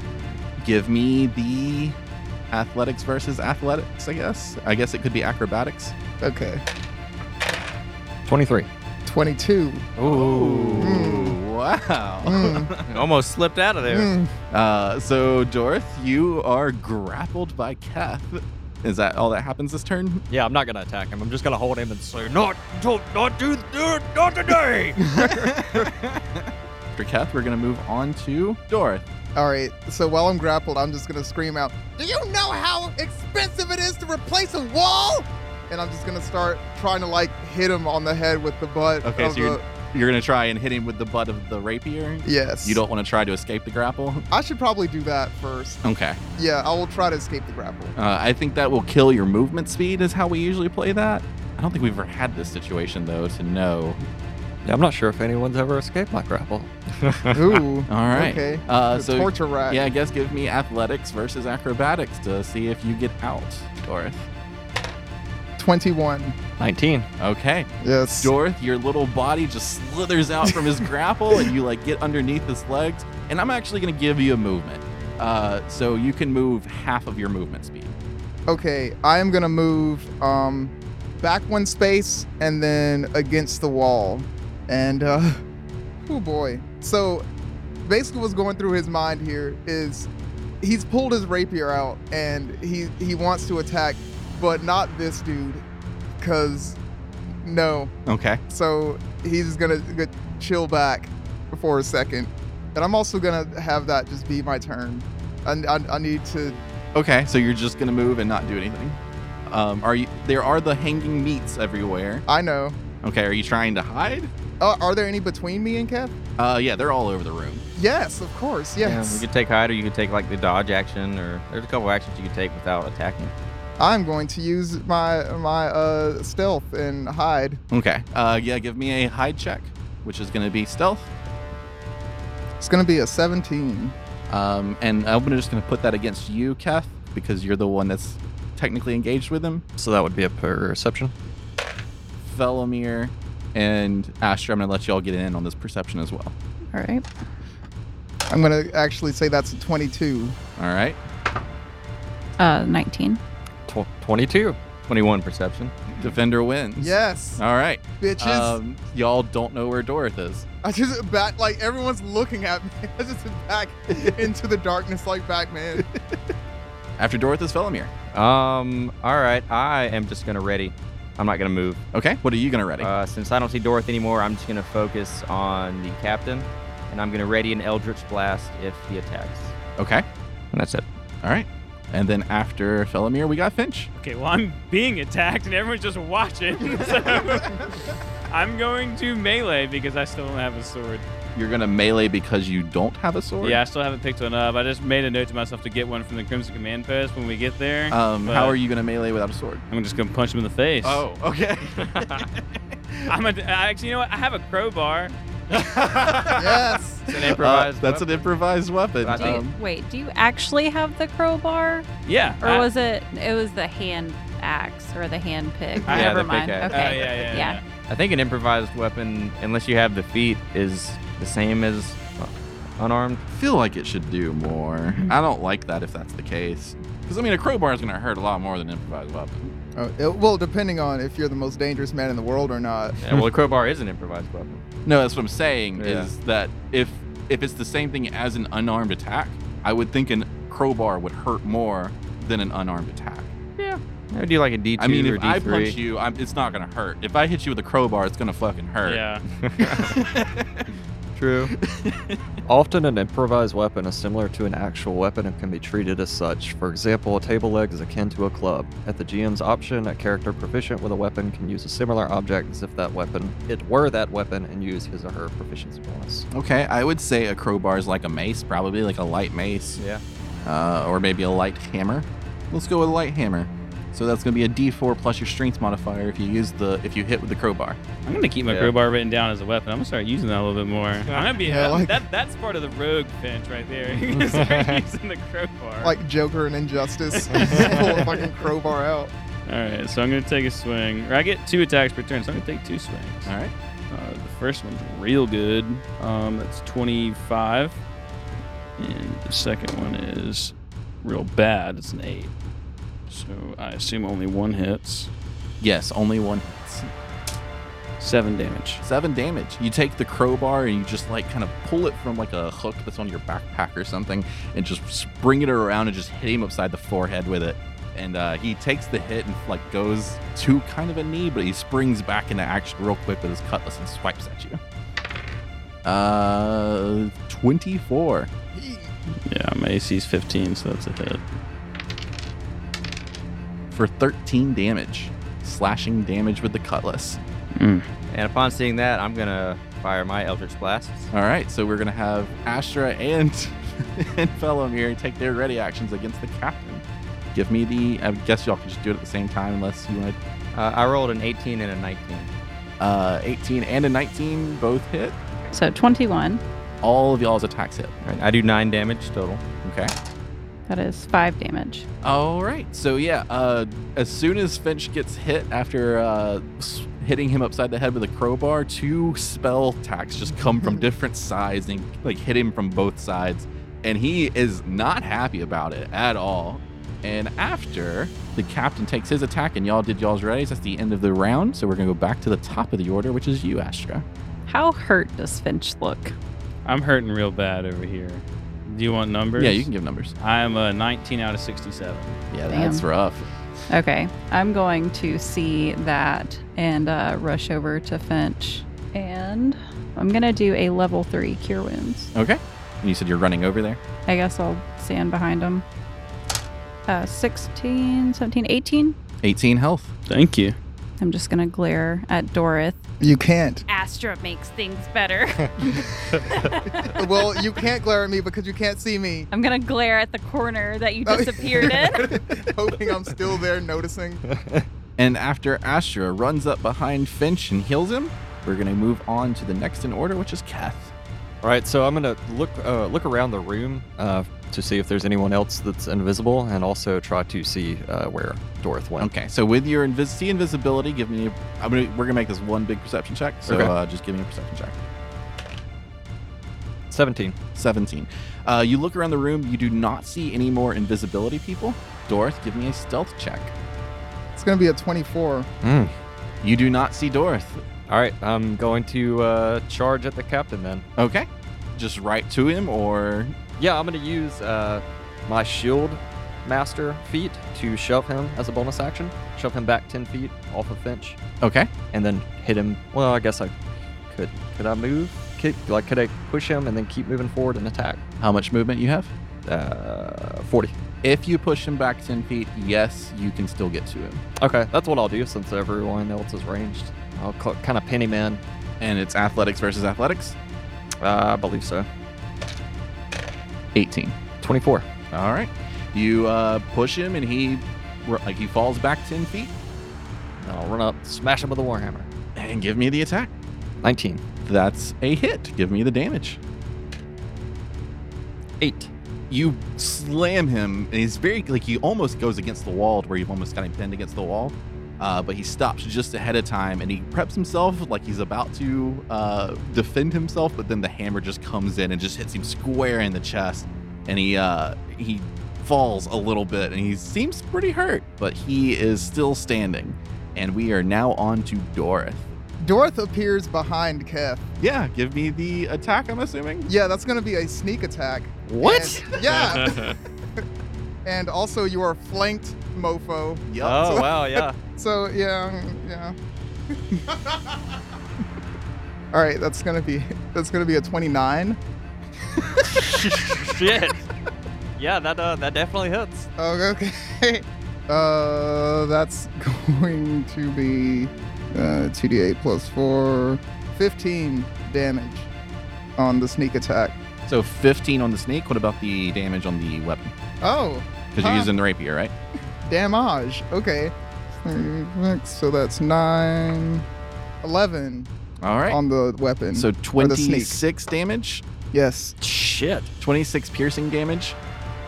A: give me the athletics versus athletics, I guess. I guess it could be acrobatics.
I: Okay.
C: 23.
I: 22.
A: Ooh.
I: Mm.
A: Wow.
C: Hmm.
I: Mm,
E: Almost slipped out of there.
I: mm.
A: Uh, so, Dorth, you are grappled by Keth. Is that all that happens this turn?
C: Yeah, I'm not going to attack him. I'm just going to hold him and say, no.
D: Not, don't, not do, do, not today.
A: After Keth, we're going to move on to Dorth.
I: All right. So while I'm grappled, I'm just going to scream out, Do you know how expensive it is to replace a wall? and I'm just gonna start trying to like hit him on the head with the butt.
A: Okay,
C: Oh,
I: of
A: so you're,
I: the-
A: you're gonna try and hit him with the butt of the rapier.
I: yes.
A: You don't want to try to escape the grapple.
I: I should probably do that first.
A: Okay.
I: Yeah, I will try to escape the grapple.
A: Uh, I think that will kill your movement speed. Is how we usually play that. I don't think we've ever had this situation though to know.
C: Yeah, I'm not sure if anyone's ever escaped my grapple.
I: Ooh.
A: All right.
I: Okay.
A: Uh,
I: The
A: so
I: torture rack.
A: yeah, I guess give me athletics versus acrobatics to see if you get out, Dorith.
I: 21.
C: 19.
A: Okay.
I: Yes.
A: Dorth, your little body just slithers out from his grapple, and you like get underneath his legs. And I'm actually gonna give you a movement, uh, so you can move half of your movement speed.
I: Okay, I am gonna move um, back one space and then against the wall, and uh, oh boy. So basically, what's going through his mind here is he's pulled his rapier out and he he wants to attack, but not this dude, cause no.
A: Okay.
I: So he's gonna go chill back for a second, and I'm also gonna have that just be my turn. I, I, I need to
A: Okay. So you're just gonna move and not do anything. Um, are you? There are the hanging meats everywhere.
I: I know.
A: Okay. Are you trying to hide?
I: Uh, are there any between me and Kev?
A: Uh, yeah, they're all over the room.
I: Yes, of course. Yes.
E: you could take hide, or you could take like the dodge action, or there's a couple actions you could take without attacking.
I: I'm going to use my my uh, stealth and hide.
A: Okay. Uh, yeah, give me a hide check, which is going to be stealth.
I: It's going to be a 17.
A: Um, and I'm gonna- just going to put that against you, Kef, because you're the one that's technically engaged with him.
C: So that would be a perception.
A: Velomir and Astra, I'm going to let you all get in on this perception as well.
H: All right.
I: I'm going to actually say that's a 22.
A: All right.
H: Uh, 19.
C: Tw- 22.
E: 21 perception.
A: Defender wins.
I: Yes,
A: All right.
I: bitches.
A: Um, y'all don't know where Dorith is.
I: I just back like everyone's looking at me. I just back into the darkness like Batman.
A: After Dorith is Velomir.
E: Um. All right. I am just gonna ready. I'm not gonna move.
A: Okay. What are you going to ready?
E: Uh, since I don't see Dorothy anymore, I'm just gonna focus on the captain, and I'm gonna ready an Eldritch Blast if he attacks.
A: okay.
E: And that's it.
A: All right. And then after Felomir, we got Finch.
F: Okay, well, I'm being attacked and everyone's just watching. So I'm going to melee because I still don't have a sword.
A: You're going to melee because you don't have a sword?
F: Yeah, I still haven't picked one up. I just made a note to myself to get one from the Crimson Command Post when we get there.
A: Um, how
F: but
A: are you going to melee without a sword? Oh.
F: I'm just gonna punch him in the face.
A: okay.
F: I'm a, I actually, you know what? I have a crowbar.
I: yes.
E: It's an
A: Uh,
E: improvised.
A: that's an
E: weapon.
A: improvised weapon.
F: Uh,
E: But
H: Do you,
A: Um,
H: wait, do you actually have the crowbar?
F: Yeah.
H: Or
F: I-
H: was it, it was the hand axe or the hand pick?
F: I have
H: Never
E: the
H: mind.
E: pickaxe.
F: Oh,
H: Okay.
F: yeah, yeah, yeah.
E: I think an improvised weapon, unless you have the feet, is the same as uh, unarmed.
A: feel like it should do more. I don't like that if that's the case. Because, I mean, a crowbar is going to hurt a lot more than an improvised weapon.
I: Oh, it- well, depending on if you're the most dangerous man in the world or not.
E: Yeah, well, a crowbar is an improvised weapon.
A: No, that's what I'm saying
E: Yeah.
A: is that if if it's the same thing as an unarmed attack, I would think an crowbar would hurt more than an unarmed attack.
E: I would do like a D2
A: I mean,
E: or
A: if
E: D3.
A: I punch you, I'm, it's not going to hurt. If I hit you with a crowbar, it's going to fucking hurt.
F: Yeah.
C: True. Often, an improvised weapon is similar to an actual weapon and can be treated as such. For example, a table leg is akin to a club. At the GM's option, a character proficient with a weapon can use a similar object as if that weapon it were that weapon and use his or her proficiency bonus.
A: Okay, I would say a crowbar is like a mace, probably like a light mace.
E: Yeah.
A: Uh, or maybe a light hammer. Let's go with a light hammer. So that's going to be a D4 plus your strength modifier if you use the if you hit with the crowbar.
F: I'm gonna keep my
E: Yeah.
F: crowbar written down as a weapon. I'm gonna start using that a little bit more. I'm gonna be
I: Yeah, like-
F: that. That's part of the rogue bench right there. You're gonna start using the crowbar.
I: Like Joker and Injustice, pull a fucking crowbar out.
F: All right, so I'm gonna take a swing. Or I get two attacks per turn, so I'm gonna take two swings.
A: All right.
F: Uh, the first one's real good. Um, that's 25, and the second one is real bad. It's an eight. So I assume only one hits.
A: Yes, only one hits.
F: Seven damage.
A: Seven damage. You take the crowbar and you just like kind of pull it from like a hook that's on your backpack or something, and just spring it around and just hit him upside the forehead with it. And uh, he takes the hit and like goes to kind of a knee, but he springs back into action real quick with his cutlass and swipes at you. Uh, twenty-four.
F: Yeah, my AC's 15, so that's a hit.
A: for 13 damage. slashing damage with the cutlass.
F: Mm.
E: And upon seeing that, I'm gonna fire my Eldritch Blast.
A: All right, so we're gonna have Astra and and Felomir take their ready actions against the captain. Give me the. I guess y'all can just do it at the same time, unless you want.
E: Uh, I rolled an 18 and a 19.
A: Uh, 18 and a 19 both hit.
H: So 21.
A: All of y'all's attacks hit.
E: All right, I do nine damage total.
A: Okay.
H: That is five damage.
A: All right. So yeah, uh, as soon as Finch gets hit after uh, s- hitting him upside the head with a crowbar, two spell attacks just come from different sides and like hit him from both sides, and he is not happy about it at all. And after the captain takes his attack and y'all did y'all's readies, that's the end of the round. So we're gonna go back to the top of the order, which is you, Astra.
H: How hurt does Finch look?
F: I'm hurting real bad over here. Do you want numbers?
A: Yeah, you can give numbers.
F: I'm a 19 out of 67.
A: Yeah,
H: Damn.
A: that's rough.
H: Okay, I'm going to see that and uh, rush over to Finch. And I'm going to do a level three cure wounds.
A: Okay. And you said you're running over there.
H: I guess I'll stand behind him. Uh, 16, 17, 18.
A: 18 health.
F: Thank you.
H: I'm just going to glare at Dorith.
I: You can't.
J: Astra makes things better.
I: well, you can't glare at me because you can't see me.
J: I'm gonna glare at the corner that you
I: Oh.
J: disappeared in.
I: Hoping I'm still there noticing.
A: And after Astra runs up behind Finch and heals him, we're going to move on to the next in order, which is Kath.
C: All right, so I'm gonna look uh, look around the room uh, to see if there's anyone else that's invisible, and also try to see uh, where Dorth went.
A: Okay, so with your invis- see invisibility, give me. A, I'm gonna, we're gonna make this one big perception check. So
C: Okay.
A: uh, just give me a perception check.
C: Seventeen.
A: 17. Uh, you look around the room. You do not see any more invisibility people. Dorth, give me a stealth check.
I: It's gonna be a 24.
A: You do not see Dorth.
C: All right, I'm going to uh, charge at the captain then.
A: Okay, just right to him, or
C: Yeah, I'm gonna use uh, my shield master feat to shove him as a bonus action. Shove him back ten feet off of Finch,
A: okay.
C: and then hit him. Well, I guess I could. Could I move? Could, like, could I push him and then keep moving forward and attack?
A: How much movement you have?
C: Uh, Forty.
A: If you push him back 10 feet, yes, you can still get to him.
C: Okay, that's what I'll do since everyone else is ranged. I'll kind of pin him in.
A: And it's athletics versus athletics.
C: Uh, I believe so.
A: 18.
C: 24.
A: All right. You uh, push him, and he like he falls back ten feet.
C: And I'll run up, smash him with a warhammer.
A: And give me the attack.
C: 19.
A: That's a hit. Give me the damage.
C: Eight.
A: You slam him, and he's very like he almost goes against the wall, to where you've almost got him pinned against the wall. Uh, but he stops just ahead of time, and he preps himself like he's about to uh, defend himself. But then the hammer just comes in and just hits him square in the chest, and he uh, he falls a little bit, and he seems pretty hurt, but he is still standing. And we are now on to Dorith.
I: Dorth appears behind Kef.
A: Yeah, give me the attack, I'm assuming.
I: Yeah, that's gonna be a sneak attack. And- yeah. and also, you are flanked, mofo.
A: Yup.
C: Oh, wow, yeah.
I: So yeah, mm, yeah. All right, that's gonna be that's gonna be a 29.
C: Shit. Yeah, that uh, that definitely hits.
I: Oh, okay. Uh, that's going to be uh, 2d8 plus 4, 15 damage on the sneak attack.
A: So 15 on the snake. What about the damage on the weapon?
I: Oh,
A: Because you're
I: Huh.
A: using the rapier, right?
I: damage. Okay. So that's 9, 11
A: All right.
I: on the weapon.
A: so
I: or the sneak.
A: 26 damage,
I: Yes.
C: Shit.
A: 26 piercing damage,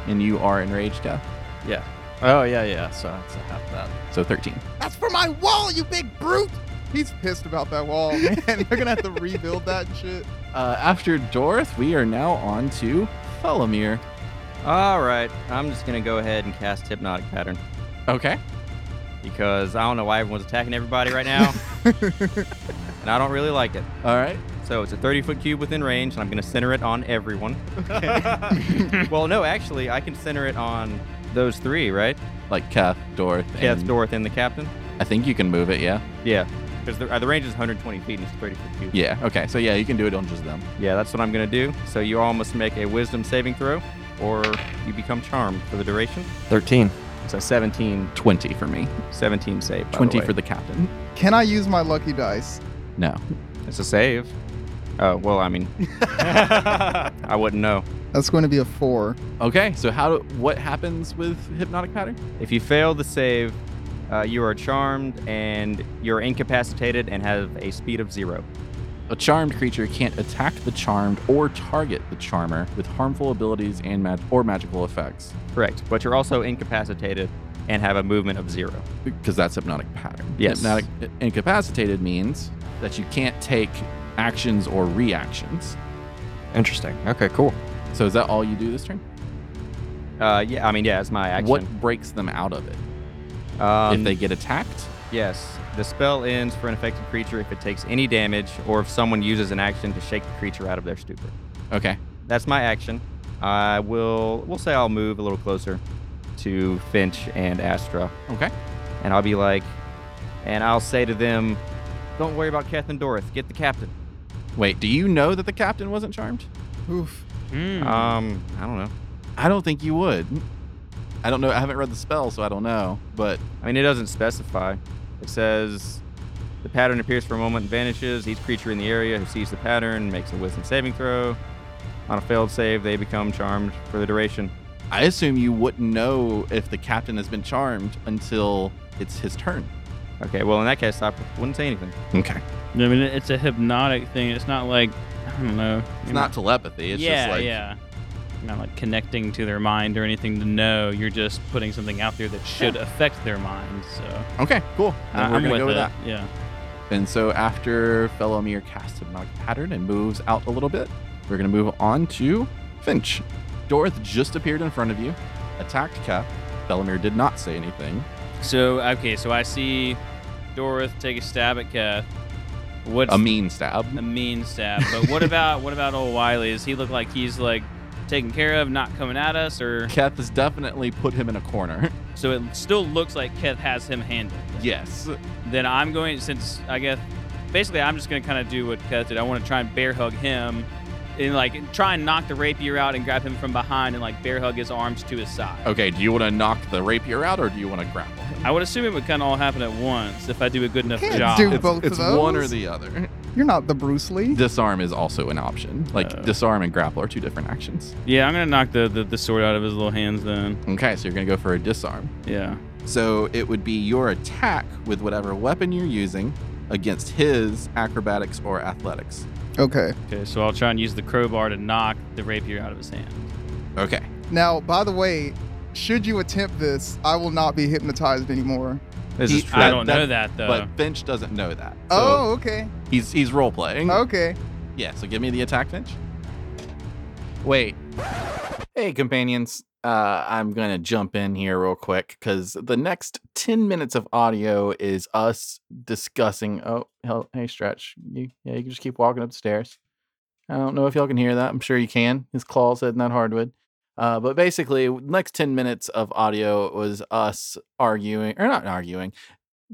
A: and you are enraged, Kath.
C: Yeah. Oh, yeah, yeah. So that's half that.
A: So 13.
I: That's for my wall, you big brute! He's pissed about that wall, man. They're gonna have to rebuild that shit.
A: Uh, after Dorth, we are now on to Felomir.
E: All right, I'm just gonna go ahead and cast Hypnotic Pattern
A: Okay.
E: because I don't know why everyone's attacking everybody right now, and I don't really like it.
A: All right.
E: So it's a 30 foot cube within range, and I'm gonna center it on everyone. well, no, actually, I can center it on those three, right?
A: Like Kath, Dorth,
E: Kath,
A: and
E: Dorth, and the captain.
A: I think you can move it, yeah?
E: Yeah, because the, uh, the range is 120 feet and it's 30 foot cube.
A: Yeah. Okay. So yeah, you can do it on just them.
E: Yeah, that's what I'm gonna do. So you all must make a Wisdom saving throw, or you become charmed for the duration.
C: 13.
E: So 17, 20 for me. 17 save. by
A: 20
E: way.
A: for the captain.
I: Can I use my lucky dice?
A: No.
E: It's a save. Oh, well, I mean, I wouldn't know.
I: That's going to be a four.
A: Okay, so how do, what happens with hypnotic pattern?
E: If you fail the save, uh, you are charmed and you're incapacitated and have a speed of zero.
A: A charmed creature can't attack the charmed or target the charmer with harmful abilities and mag- or magical effects
E: Correct. But you're also incapacitated and have a movement of zero.
A: because that's hypnotic pattern.
E: Yes.
A: Hypnotic uh, incapacitated means that you can't take actions or reactions.
C: Interesting. Okay, cool.
A: So is that all you do this turn?
E: Uh, yeah, I mean, yeah, it's my action.
A: What breaks them out of it?
E: Um,
A: if they get attacked,
E: Yes. The spell ends for an affected creature if it takes any damage or if someone uses an action to shake the creature out of their stupor.
A: okay.
E: That's my action. I will, we'll say I'll move a little closer to Finch and Astra.
A: Okay.
E: And I'll be like, and I'll say to them, don't worry about Keth and Dorith. Get the captain.
A: Wait, do you know that the captain wasn't charmed?
I: Oof.
A: Hmm.
E: Um, I don't know.
A: I don't think you would. I don't know. I haven't read the spell, so I don't know. But
E: I mean, it doesn't specify. It says the pattern appears for a moment and vanishes. Each creature in the area who sees the pattern makes a wisdom saving throw. On a failed save, they become charmed for the duration.
A: I assume you wouldn't know if the captain has been charmed until it's his turn.
E: Okay, well, in that case, I wouldn't say anything.
A: Okay.
F: I mean, it's a hypnotic thing. It's not like I don't know.
A: It's not telepathy. It's
F: yeah,
A: just like
F: yeah. Not like connecting to their mind or anything to know. You're just putting something out there that should affect their mind. So
A: Okay, cool. Then
F: I-
A: we're
F: I'm
A: gonna
F: with
A: go with
F: it.
A: that.
F: Yeah.
A: And so after Felomir casts hypnotic pattern and moves out a little bit, we're gonna move on to Finch. Dorth just appeared in front of you, attacked Cap. Felomir did not say anything.
F: So okay, so I see Dorith take a stab at Keth. What's
A: A mean stab.
F: a mean stab? But what about what about old Wiley? Does he look like he's like taken care of, not coming at us, or
A: Keth has definitely put him in a corner.
F: so it still looks like Keth has him handled?
A: yes.
F: Then I'm going since I guess basically I'm just gonna kind of do what Keth did. I want to try and bear hug him. And like try and knock the rapier out and grab him from behind and like bear hug his arms to his side.
A: Okay, do you want to knock the rapier out or do you want to grapple him?
F: I would assume it would kind of all happen at once if I do a good enough
I: Can't
F: job.
I: do both
A: It's
I: of those.
A: one or the other.
I: You're not the Bruce Lee.
A: Disarm is also an option. Like
F: Uh.
A: disarm and grapple are two different actions.
F: Yeah, I'm gonna knock the, the, the sword out of his little hands then.
A: Okay, so you're gonna go for a disarm.
F: Yeah.
A: So it would be your attack with whatever weapon you're using against his acrobatics or athletics.
I: Okay.
F: Okay, so I'll try and use the crowbar to knock the rapier out of his hand.
A: Okay.
I: Now, by the way, should you attempt this, I will not be hypnotized anymore.
E: This
A: He-
E: is true.
F: I
A: That-
F: don't know that though.
A: But Finch doesn't know that. So
I: oh, okay.
A: He's he's role playing.
I: Okay.
A: Yeah, so give me the attack, Finch. Wait. Hey, companions. Uh, I'm going to jump in here real quick because the next 10 minutes of audio is us discussing. Oh, hell, hey, Stretch. You, yeah, you can just keep walking upstairs. I don't know if y'all can hear that. I'm sure you can. His claws hitting that hardwood. Uh, but basically, next 10 minutes of audio was us arguing, or not arguing,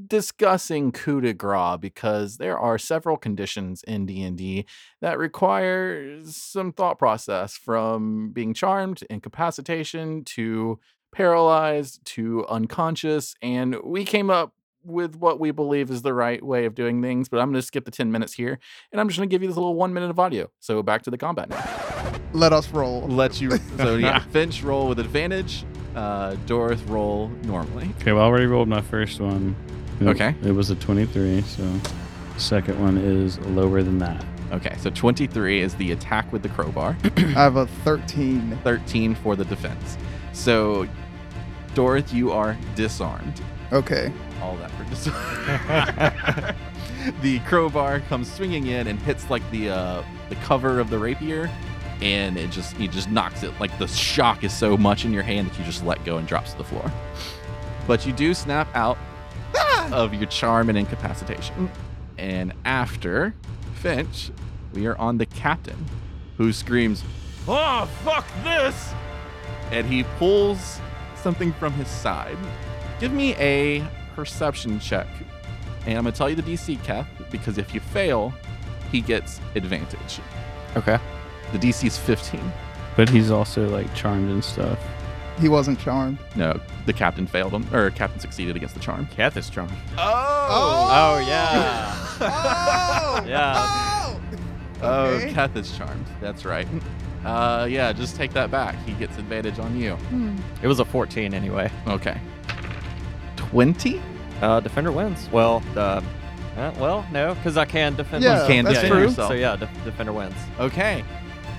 A: discussing coup de grace because there are several conditions in D&D that require some thought process from being charmed, incapacitation to paralyzed to unconscious and we came up with what we believe is the right way of doing things, but I'm going to skip the 10 minutes here and I'm just going to give you this little 1 minute of audio. So back to the combat now.
I: Let us roll.
A: Let you so yeah, Finch roll with advantage, uh Dorth roll normally.
F: okay, well I already rolled my first one. It-
A: Okay.
F: It was a 23, so second one is lower than that.
A: Okay, so 23 is the attack with the crowbar.
I: I have a 13.
A: 13 for the defense. So, Dorith, you are disarmed.
I: Okay.
A: All that for disarm. the crowbar comes swinging in and hits like the uh, the cover of the rapier, and it just it just knocks it. Like the shock is so much in your hand that you just let go and drops to the floor. But you do snap out of your charm and incapacitation. And after Finch, we are on the captain, who screams, "Oh fuck this!" and he pulls something from his side. Give me a perception check. And I'm going to tell you the DC cap because if you fail, he gets advantage.
C: Okay.
A: The DC is 15.
F: But he's also like charmed and stuff.
I: He wasn't charmed.
A: No, the captain failed him, or captain succeeded against the charm.
E: Kath is charmed.
I: Oh.
C: Oh yeah.
I: Oh.
C: Yeah.
I: Oh.
A: Oh,
I: Okay.
A: Keth is charmed. That's right. Uh, yeah, just take that back. He gets advantage on you.
C: It was a 14 anyway.
A: Okay. 20?
C: Uh, defender wins. Well, uh, uh, well, no, because I can defend.
I: Yeah,
C: myself.
A: You can
I: that's
A: defend
I: true.
A: yourself.
C: So yeah, def defender wins.
A: Okay.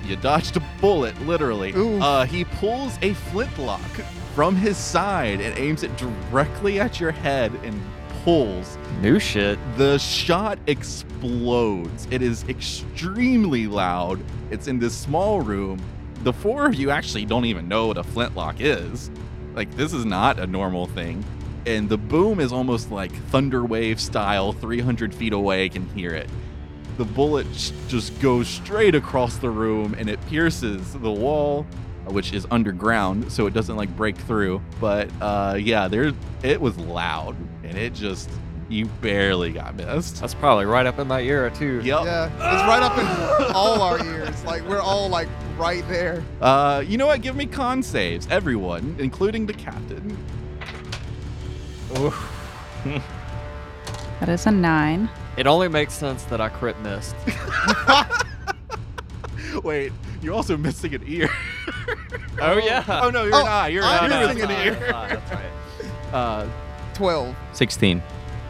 A: You dodged a bullet, literally.
I: Ooh.
A: Uh, he pulls a flintlock from his side and aims it directly at your head and pulls.
C: New shit.
A: The shot explodes. It is extremely loud. It's in this small room. The four of you actually don't even know what a flintlock is. Like, this is not a normal thing. And the boom is almost like thunder wave style, 300 feet away, can hear it. The bullet sh- just goes straight across the room and it pierces the wall, which is underground, so it doesn't like break through. But uh, yeah, there it was loud and it just you barely got missed.
C: That's probably right up in my ear too.
A: Yep.
I: Yeah, it's right up in all our ears. Like we're all like right there.
A: Uh, you know what? Give me con saves, everyone, including the captain.
H: That is a nine.
C: It only makes sense that I crit missed.
A: Wait, you're also missing an ear.
C: oh yeah.
A: oh no, you're
I: Oh,
A: an eye. You're an
I: I'm
A: eye.
I: missing an
A: You're missing an
C: that's right.
A: ear. Uh,
I: Twelve.
E: 16.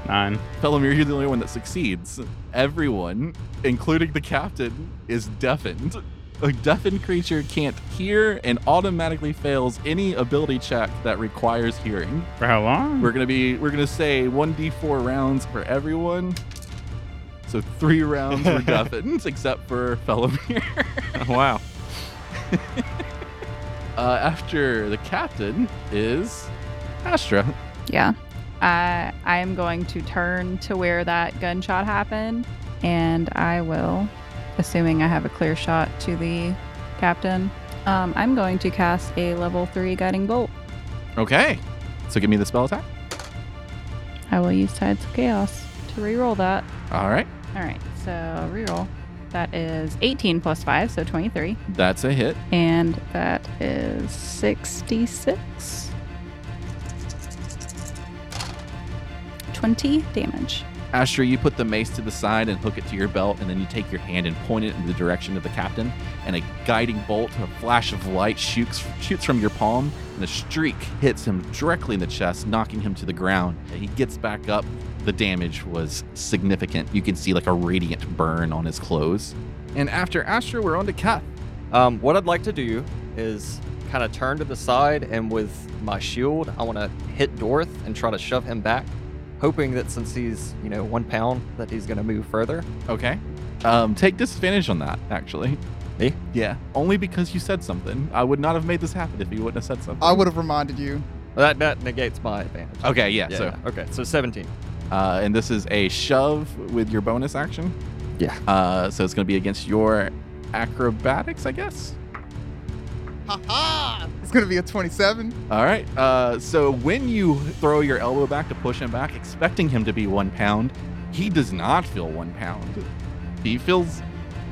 F: Nine.
A: Felomir, you're the only one that succeeds. Everyone, including the captain, is deafened. A deafened creature can't hear and automatically fails any ability check that requires hearing.
F: For how long?
A: We're gonna be we're gonna say one d four rounds for everyone. So three rounds for deafened, except for Felomir.
E: wow.
A: Uh, after the captain is Astra.
H: Yeah. I I am going to turn to where that gunshot happened, and I will, assuming I have a clear shot to the captain, um, I'm going to cast a level three guiding bolt.
A: Okay. So give me the spell attack.
H: I will use Tides of Chaos to reroll that.
A: All right.
H: All right, so reroll. That is 18 plus 5, so 23.
A: That's a hit.
H: And that is 66. 20 damage.
A: Astra, you put the mace to the side and hook it to your belt, and then you take your hand and point it in the direction of the captain. And a guiding bolt, a flash of light, shoots shoots from your palm, and a streak hits him directly in the chest, knocking him to the ground. He gets back up. The damage was significant. You can see like a radiant burn on his clothes. And after Astra, we're on to Kath.
C: Um, what I'd like to do is kind of turn to the side and with my shield, I want to hit Dorth and try to shove him back, hoping that since he's you know one pound, that he's gonna move further.
A: Okay. Um, take disadvantage on that, actually.
C: Me?
A: Yeah. Only because you said something. I would not have made this happen if you wouldn't have said something.
I: I would have reminded you.
C: That that negates my advantage.
A: Okay, yeah,
C: Yeah,
A: so
C: yeah. okay, so 17.
A: Uh, and this is a shove with your bonus action.
C: Yeah.
A: Uh, so it's going to be against your acrobatics, I guess.
I: Ha ha! It's gonna be a twenty-seven.
A: All right. Uh, so when you throw your elbow back to push him back, expecting him to be one pound, he does not feel one pound. He feels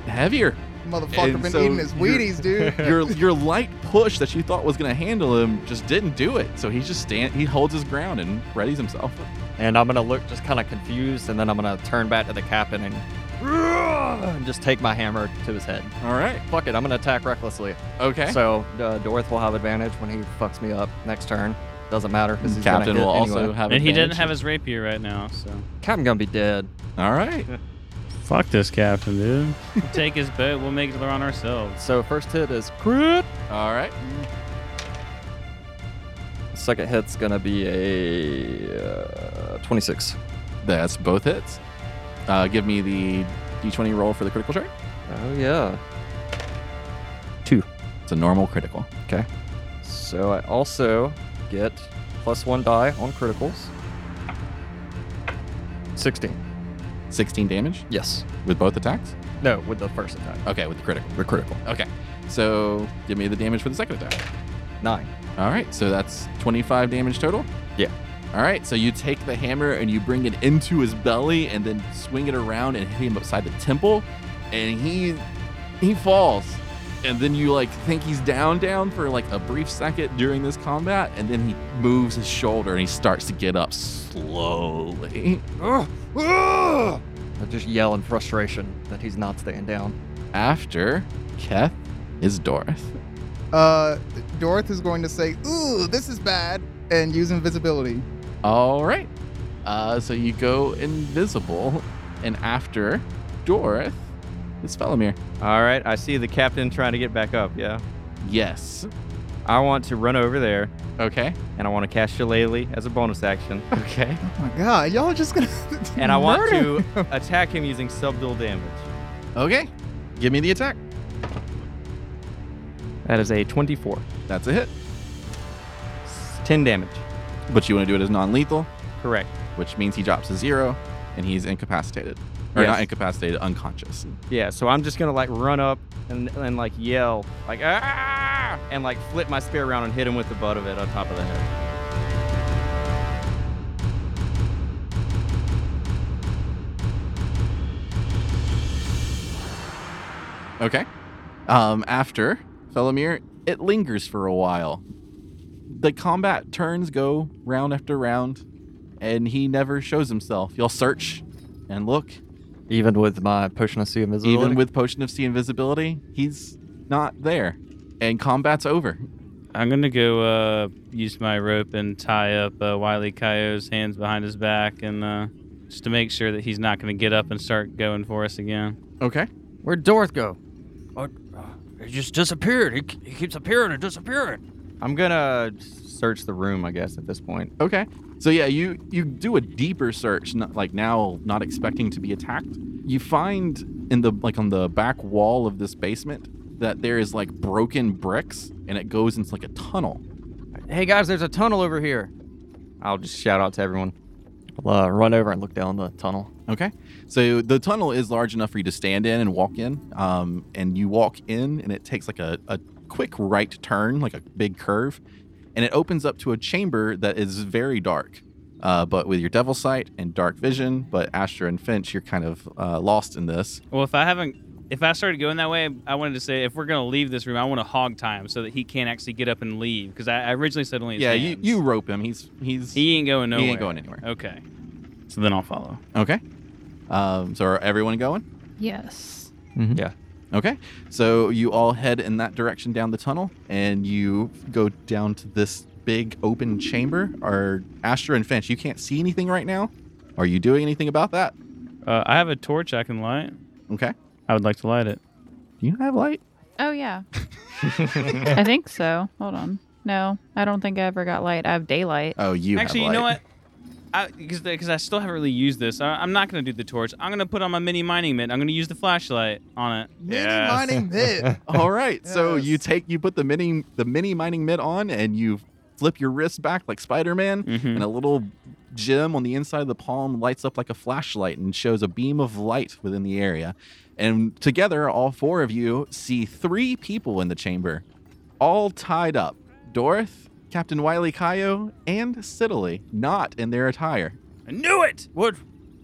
A: heavier.
I: Motherfucker
A: And
I: been
A: so
I: eating his
A: you're-
I: Wheaties, dude.
A: your your light push that you thought was going to handle him just didn't do it. So he just stand. He holds his ground and readies himself.
C: And I'm gonna look just kind of confused, and then I'm gonna turn back to the captain and, and just take my hammer to his head.
A: All right.
C: Fuck it, I'm gonna attack recklessly.
A: Okay.
C: So uh, Dorth will have advantage when he fucks me up next turn. Doesn't matter because he's
A: Captain
C: gonna
A: will
C: hit
A: also
C: anyway.
A: have.
F: and he doesn't
A: advantage.
F: have his rapier right now, so.
C: Captain gonna be dead.
A: All right.
F: Fuck this captain, dude. We'll take his boat. We'll make it on ourselves.
C: So first hit is crit.
A: All right.
C: Second hit's gonna be a uh, 26.
A: That's both hits. Uh, give me the d20 roll for the critical trait.
C: Oh yeah.
A: It's a normal critical.
C: So I also get plus one die on criticals. 16.
A: 16 damage
C: Yes.
A: with both attacks.
C: No, with the first attack.
A: Okay, with the critical.
C: The critical.
A: Okay, so give me the damage for the second attack.
C: Nine.
A: All right, so that's 25 damage total.
C: Yeah.
A: All right, so you take the hammer and you bring it into his belly and then swing it around and hit him upside the temple, and he he falls and then you like think he's down down for like a brief second during this combat and then he moves his shoulder and he starts to get up slowly
C: Ugh, ugh. I just yell in frustration that he's not staying down.
A: after keth is dorth
I: Uh, Dorth is going to say, "Ooh, this is bad," and use invisibility.
A: all right uh, so you go invisible and after dorth is felomir
E: All right, I see the captain trying to get back up. Yeah.
A: yes
E: I want to run over there
A: okay
E: and I want to cast Shillelagh as a bonus action.
A: okay
I: Oh my god, y'all are just gonna.
E: And I want
I: murder.
E: to attack him using subdual damage.
A: okay give me the attack
E: That is a 24.
A: that's a hit
E: It's 10 damage.
A: but you want to do it as non-lethal
E: Correct.
A: which means he drops to zero and he's incapacitated or
E: Yes.
A: not incapacitated unconscious
E: Yeah, so I'm just gonna like run up and, and like yell, like ah, and like flip my spear around and hit him with the butt of it on top of the head.
A: Okay. Um, after Felomir, it lingers for a while. The combat turns go round after round, and he never shows himself. You'll search and look.
C: Even with my potion of sea invisibility.
A: Even with Potion of Sea Invisibility, he's not there. And combat's over.
F: I'm gonna go uh, use my rope and tie up uh, Wiley Coyote's hands behind his back, and uh, just to make sure that he's not gonna get up and start going for us again.
A: Okay.
D: Where'd Dorth go? Uh, uh, he just disappeared. He, ke- he keeps appearing and disappearing.
E: I'm gonna search the room, I guess, at this point.
A: Okay. So yeah, you you do a deeper search, not, like now, not expecting to be attacked. You find in the like on the back wall of this basement that there is like broken bricks, and it goes into like a tunnel.
E: Hey guys, there's a tunnel over here. I'll just shout out to everyone.
C: I'll, uh, run over and look down the tunnel.
A: Okay. So the tunnel is large enough for you to stand in and walk in. Um, and you walk in, and it takes like a, a quick right turn, like a big curve, and it opens up to a chamber that is very dark. Uh, but with your devil sight and dark vision, but Astra and Finch, you're kind of uh, lost in this.
F: Well, if I haven't, if I started going that way, I wanted to say if we're gonna leave this room, I want to hog time so that he can't actually get up and leave because I, I originally said only. His
A: yeah, you,
F: hands.
A: you rope him. He's he's
F: He ain't going nowhere.
A: he ain't going anywhere.
F: Okay. So then I'll follow.
A: Okay. Um, so are everyone going?
H: Yes.
C: Yeah.
A: Okay. So you all head in that direction down the tunnel, and you go down to this big open chamber. Are Astra and Finch? You can't see anything right now. Are you doing anything about that?
F: Uh, I have a torch I can light.
A: Okay.
F: I would like to light it.
A: Do you have light?
H: Oh yeah. I think so. Hold on. No, I don't think I ever got light. I have daylight.
A: Oh, you
F: Actually,
A: have
F: you know
A: light.
F: what? Because because I still haven't really used this. I, I'm not gonna do the torch. I'm gonna put on my mini mining mitt. I'm gonna use the flashlight on it.
I: Mini mining mid.
A: All right. So
I: Yes.
A: you take you put the mini the mini mining mitt on, and you flip your wrist back like Spider Man,
F: Mhm.
A: and a little gem on the inside of the palm lights up like a flashlight and shows a beam of light within the area. And together, all four of you see three people in the chamber, all tied up: Dorth, Captain Wiley Coyo, and Siddeley, not in their attire.
F: I knew it.
D: What?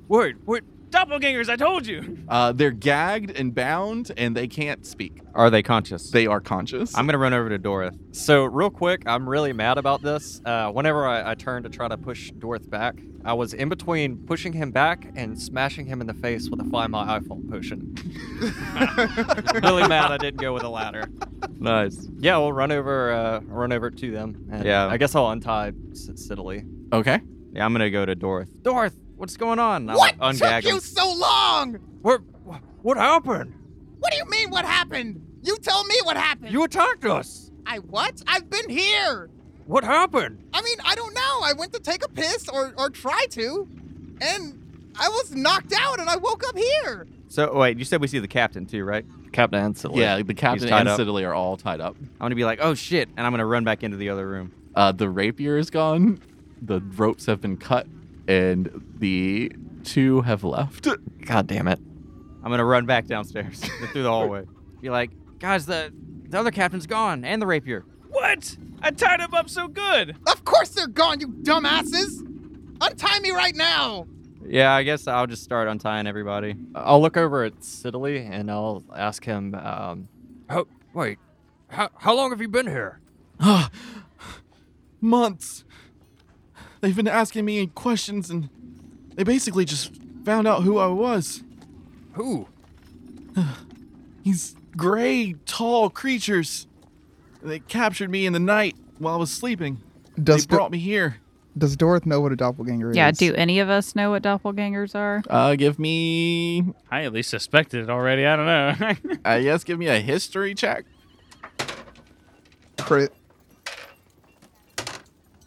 D: Wait, wait.
F: Doppelgangers. I told you.
A: Uh, they're gagged and bound, and they can't speak.
E: Are they conscious?
A: They are conscious.
E: I'm gonna run over to Dorith.
C: So real quick, I'm really mad about this. Uh, whenever I, I turned to try to push Dorth back, I was in between pushing him back and smashing him in the face with a find my iPhone potion. really mad I didn't go with a ladder.
E: Nice.
C: Yeah, we'll run over, uh, run over to them. And
E: Yeah.
C: I guess I'll untie S- Siddeley.
A: okay.
E: Yeah, I'm gonna go to Dorith.
C: Dorth, what's going on?
E: I'll
I: What
E: ungag
I: took
E: him.
I: you so long?
D: What? What happened?
I: What do you mean? What happened? You tell me what happened.
D: You attacked us.
I: I what? I've been here.
D: What happened?
I: I mean, I don't know. I went to take a piss or or try to, and I was knocked out, and I woke up here.
E: So oh, wait, you said we see the captain too, right?
C: Captain and Siddeley.
A: Yeah, the captain
E: tied
A: and
E: up.
A: Siddeley are all tied up.
E: I'm gonna be like, oh shit, and I'm gonna run back into the other room.
A: Uh, the rapier is gone. The ropes have been cut, and the two have left.
C: God damn it.
E: I'm gonna run back downstairs through the hallway. Be like, guys, the the other captain's gone and the rapier.
F: What? I tied him up so good.
I: Of course they're gone, you dumbasses! Untie me right now!
E: Yeah, I guess I'll just start
C: Uh,
E: untying everybody.
C: I'll look over at Siddeley and I'll ask him, um,
D: How, Wait, how, how long have you been here?
G: Months. They've been asking me questions and they basically just found out who I was.
D: Who?
G: These gray, tall creatures. They captured me in the night while I was sleeping.
I: Does
G: they
I: Do-
G: brought me here.
I: Does Dorth know what a doppelganger is?
H: Yeah, do any of us know what doppelgangers are?
A: Uh, give me,
F: I at least suspected it already. I don't know.
A: I guess, give me a history check.
I: Crit.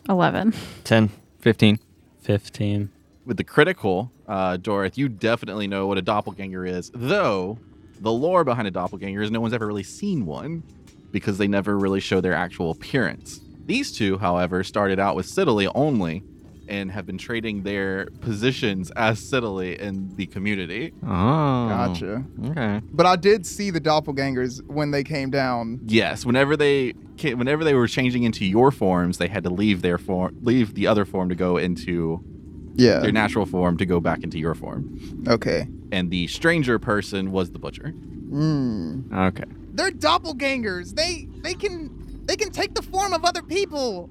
H: 11.
C: 10, 15.
F: 15.
A: with the critical, uh, Dorith, you definitely know what a doppelganger is, though the lore behind a doppelganger is no one's ever really seen one because they never really show their actual appearance. These two, however, started out with Siddeley only and have been trading their positions as Siddeley in the community.
E: Oh.
I: Gotcha.
E: Okay.
I: But I did see the doppelgangers when they came down.
A: Yes, whenever they ca- whenever they were changing into your forms, they had to leave their form, leave the other form to go into
I: Yeah.
A: their natural form to go back into your form.
I: Okay.
A: And the stranger person was the butcher.
I: Mm.
E: Okay.
I: They're doppelgangers. They they can they can take the form of other people.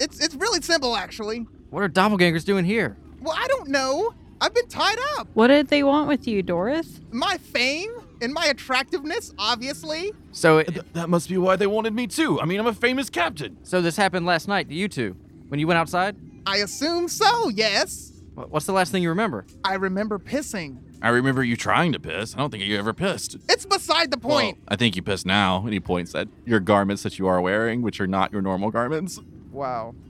I: It's it's really simple actually.
C: What are doppelgangers doing here?
I: Well, I don't know. I've been tied up.
H: What did they want with you, Doris?
I: My fame and my attractiveness, obviously.
C: So, it,
G: Th- that must be why they wanted me too. I mean, I'm a famous captain.
C: so this happened last night to you two when you went outside.
I: I assume so. Yes.
C: Wha- What's the last thing you remember?
I: I remember pissing.
G: I remember you trying to piss. I don't think you ever pissed.
I: It's beside the point.
G: Well, I think you piss now.
A: And he points at your garments that you are wearing, which are not your normal garments.
I: Wow.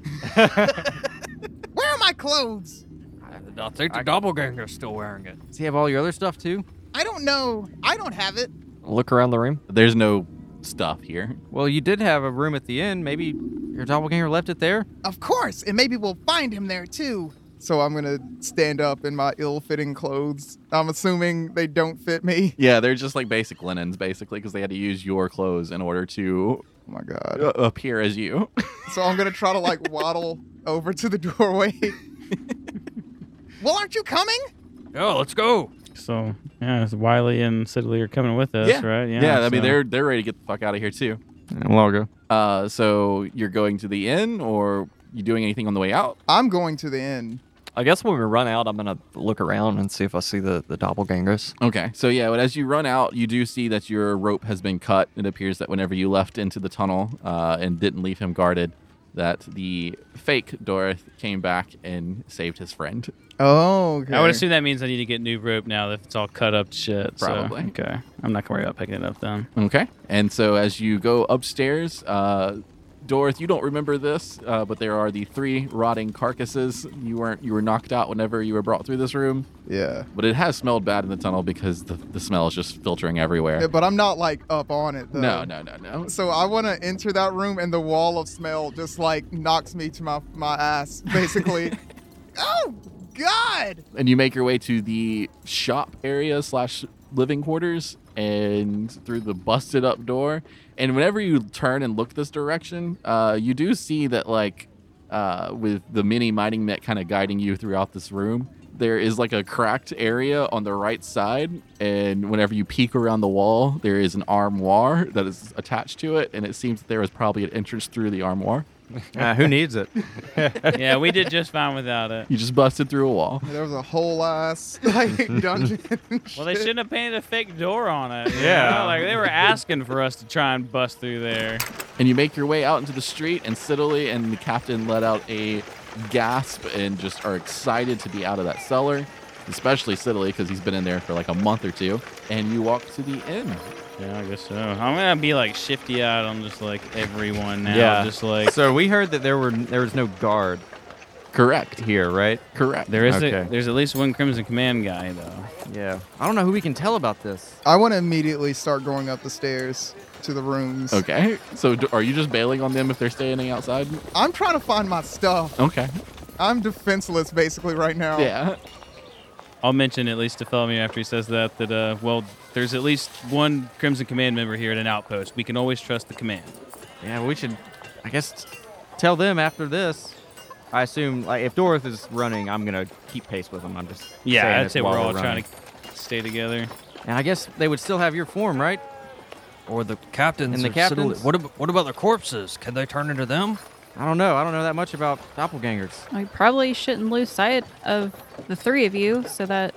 I: Where are my clothes?
D: I think the doppelganger's still wearing it.
C: Does he have all your other stuff too?
I: I don't know. I don't have it.
C: Look around the room.
A: There's no stuff here.
C: Well, you did have a room at the end. Maybe your doppelganger left it there.
I: Of course, and maybe we'll find him there too. So I'm gonna stand up in my ill-fitting clothes. I'm assuming they don't fit me.
A: Yeah, they're just like basic linens, basically, because they had to use your clothes in order to
I: Oh my god.
A: uh, appear as you.
I: So I'm gonna try to like waddle over to the doorway. well, aren't you coming?
D: Yeah, let's go.
F: So, yeah, it's Wiley and Sidley are coming with us, right?
A: Yeah, I mean,
F: so-
A: they're they're ready to get the fuck out of here too.
E: And we'll all go.
A: Uh, so you're going to the inn, or you doing anything on the way out?
I: I'm going to the inn.
C: I guess when we run out, I'm gonna look around and see if I see the the doppelgangers.
A: Okay, so yeah, but as you run out, you do see that your rope has been cut. It appears that whenever you left into the tunnel uh, and didn't leave him guarded, that the fake Dorith came back and saved his friend.
I: Oh, okay.
F: I would assume that means I need to get new rope now that it's all cut up to shit. so-
A: Probably.
F: okay. I'm not going to worry about picking it up then.
A: Okay. And so as you go upstairs, uh, Dorth, you don't remember this, uh, but there are the three rotting carcasses. You weren't you were knocked out whenever you were brought through this room,
I: Yeah.
A: but it has smelled bad in the tunnel because the, the smell is just filtering everywhere.
I: Yeah, But I'm not like up on it though.
A: no, no, no, no.
I: So I want to enter that room, and the wall of smell just like knocks me to my my ass, basically. oh God!
A: And you make your way to the shop area slash living quarters and through the busted up door. And whenever you turn and look this direction, uh, you do see that like uh, with the mini mining net kind of guiding you throughout this room, there is like a cracked area on the right side. And whenever you peek around the wall, there is an armoire that is attached to it. And it seems that there was probably an entrance through the armoire.
E: Ah, who needs it?
F: yeah, we did just fine without it.
A: You just busted through a wall.
I: There was a whole ass like dungeon.
F: Well, they shouldn't have painted a fake door on it. you
E: Yeah.
F: know? Like, they were asking for us to try and bust through there.
A: and you make your way out into the street and Siddeley and the captain let out a gasp and just are excited to be out of that cellar especially Siddeley because he's been in there for like a month or two and you walk to the inn
F: Yeah, I guess so. I'm going to be, like, shifty out on just, like, everyone now.
E: Yeah.
F: Just, like,
E: so we heard that there were there was no guard
A: correct
E: here, right?
A: correct
F: there is a,
E: Okay.
F: there's at least one Crimson Command guy, though.
C: Yeah. I don't know who we can tell about this.
I: I want to immediately start going up the stairs to the rooms.
A: okay so d- are you just bailing on them if they're standing outside
I: I'm trying to find my stuff.
A: okay
I: I'm defenseless basically right now.
A: yeah
F: I'll mention at least to Felmir after he says that that uh, well, there's at least one Crimson Command member here at an outpost. We can always trust the command.
C: Yeah, we should. I guess tell them after this.
E: I assume like if Dorothy is running, I'm gonna keep pace with him. I'm just
F: Yeah,
E: saying
F: I'd
E: it
F: say
E: while
F: we're all
E: running.
F: trying to stay together.
C: And I guess they would still have your form, right?
D: Or the captains.
E: And the
D: are sitting-
E: captains?
D: What, ab- what about the corpses? Can they turn into them?
E: I don't know. I don't know that much about doppelgangers.
H: We probably shouldn't lose sight of the three of you so that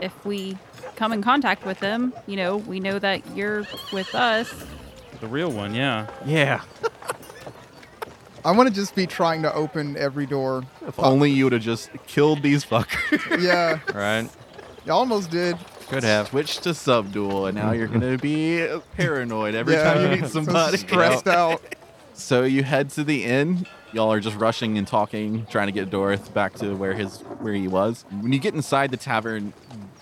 H: if we come in contact with them, you know, we know that you're with us.
F: The real one, yeah.
E: Yeah.
I: I want to just be trying to open every door.
G: If only you would have just killed these fuckers.
I: Yeah,
E: Right.
I: you almost did.
E: Could have.
G: Switch to subdual, and now you're going to be paranoid every
I: yeah.
G: time you meet
I: So
G: somebody.
I: stressed out.
A: So you head to the inn. Y'all are just rushing and talking, trying to get Dorth back to where his where he was. When you get inside the tavern,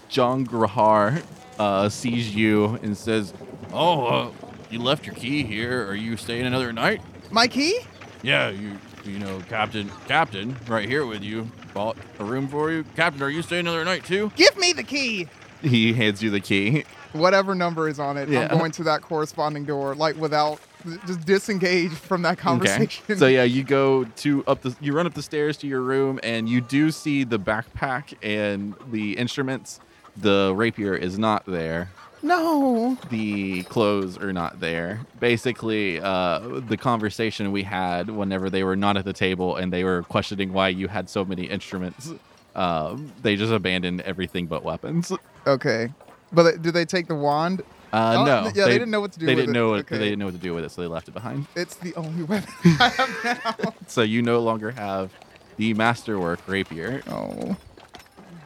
A: John Grahar uh, sees you and says, "Oh, uh, you left your key here. Are you staying another night?"
I: My key?
A: Yeah, you you know, Captain Captain, right here with you. Bought a room for you. Captain, are you staying another night too?
I: Give me the key.
A: He hands you the key.
I: Whatever number is on it,
A: Yeah.
I: I'm going to that corresponding door, like without just disengage from that conversation.
A: Okay. So yeah, you go to up the you run up the stairs to your room and you do see the backpack and the instruments. The rapier is not there.
I: No.
A: The clothes are not there. Basically, uh, the conversation we had whenever they were not at the table and they were questioning why you had so many instruments, um, they just abandoned everything but weapons.
I: Okay. But did they take the wand?
A: Uh,
I: Oh,
A: no,
I: yeah, they didn't know what to do
A: They
I: with
A: didn't
I: it.
A: know.
I: Okay.
A: They didn't know what to do with it, so they left it behind.
I: It's the only weapon I have now.
A: So you no longer have the masterwork rapier.
I: Oh.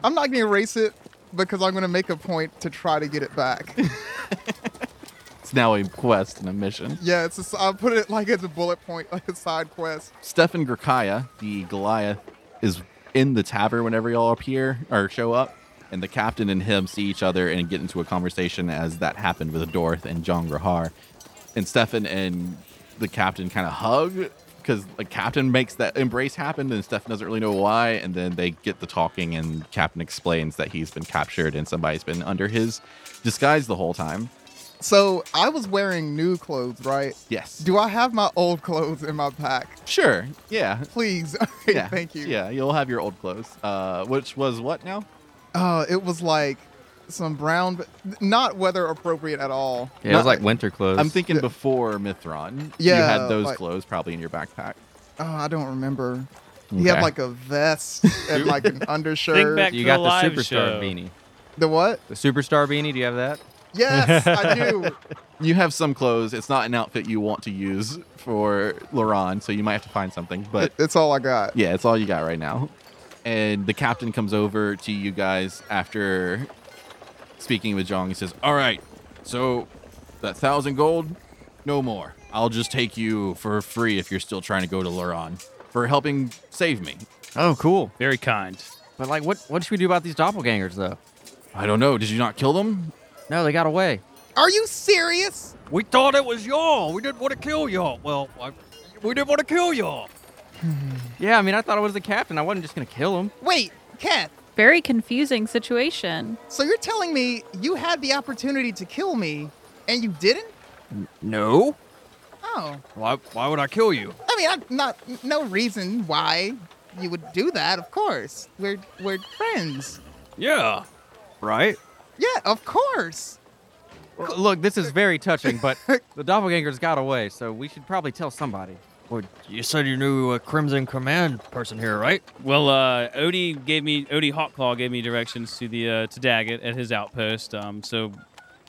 I: I'm not going to erase it because I'm going to make a point to try to get it back.
A: It's now a quest and a mission.
I: yeah, it's a s- I'll put it like as a bullet point, like a side quest.
A: Stefan Grakaya, the Goliath, is in the tavern whenever y'all appear or show up. And the captain and him see each other and get into a conversation as that happened with Dorth and John Grahar. And Stefan and the captain kind of hug because the captain makes that embrace happen and Stefan doesn't really know why. And then they get the talking and captain explains that he's been captured and somebody's been under his disguise the whole time.
I: So I was wearing new clothes, right?
A: Yes.
I: Do I have my old clothes in my pack?
A: sure. Yeah.
I: Please.
A: yeah.
I: Thank you.
A: Yeah, you'll have your old clothes. Uh, which was what now?
I: Uh, it was like some brown, not weather appropriate at all.
E: Yeah, it was
I: Not-
E: like winter clothes.
A: I'm thinking before Mithron. you
I: Yeah,
A: had those
I: like-
A: clothes probably in your backpack.
I: Oh, I don't remember. He had
A: Okay.
I: like a vest and like an undershirt.
F: Think back
E: You
F: to
E: got
F: the
E: the
F: live
E: superstar
F: show.
E: beanie.
I: The what?
E: The superstar beanie. Do you have that?
I: Yes, I do.
A: You have some clothes. It's not an outfit you want to use for Laron, so you might have to find something. But
I: That's all I got.
A: yeah, it's all you got right now. And the captain comes over to you guys after speaking with Jong. He says, All right, so that thousand gold, no more. I'll just take you for free if you're still trying to go to Laron for helping save me.
E: Oh, cool.
F: Very kind.
E: But like, what what should we do about these doppelgangers though?
A: I don't know. Did you not kill them?
E: No, they got away.
I: Are you serious?
D: We thought it was y'all. We didn't want to kill y'all. Well, I, we didn't want to kill y'all.
E: Yeah, I mean, I thought it was the captain. I wasn't just gonna kill him.
I: Wait, Kath.
H: Very confusing situation.
I: So you're telling me you had the opportunity to kill me and you didn't?
D: No.
I: Oh,
D: Why, why would I kill you?
I: I mean, I'm not no reason why you would do that. Of course, we're we're friends.
D: Yeah.
C: Right?
I: Yeah, of course.
E: Look, this is very touching, but the doppelgangers got away, so we should probably tell somebody.
D: Well, you said you knew a Crimson Command person here, right?
F: Well, uh, Odie gave me Odie Hawkclaw gave me directions to the uh, to Daggett at his outpost. Um, so,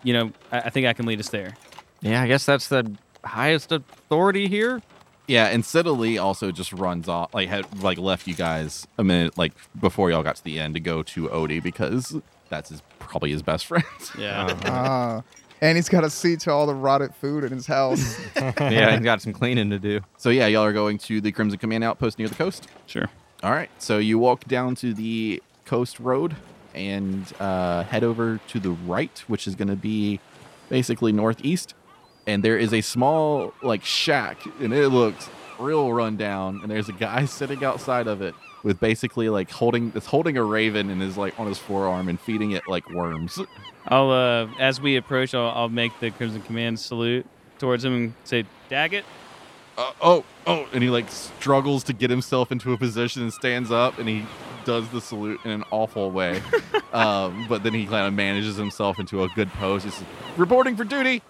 F: you know, I, I think I can lead us there.
E: Yeah, I guess that's the highest authority here.
A: Yeah, and Siddeley also just runs off, like had like left you guys a minute, like before y'all got to the end to go to Odie because that's his probably his best friend.
F: Yeah.
A: Uh-huh.
I: Ah, and he's got a seat to all the rotted food in his house.
E: yeah, he got some cleaning to do.
A: so yeah, y'all are going to the Crimson Command outpost near the coast.
F: Sure.
A: All right, so you walk down to the coast road and uh, head over to the right, which is going to be basically northeast. And there is a small like shack, and it looks real rundown. And there's a guy sitting outside of it with basically like holding it's holding a raven and is like on his forearm and feeding it like worms.
F: I'll uh, as we approach, I'll, I'll make the Crimson Command salute towards him and say, Daggett.
A: Uh, oh, oh! And he like struggles to get himself into a position and stands up, and he does the salute in an awful way. um, but then he kind of manages himself into a good pose. He's reporting for duty.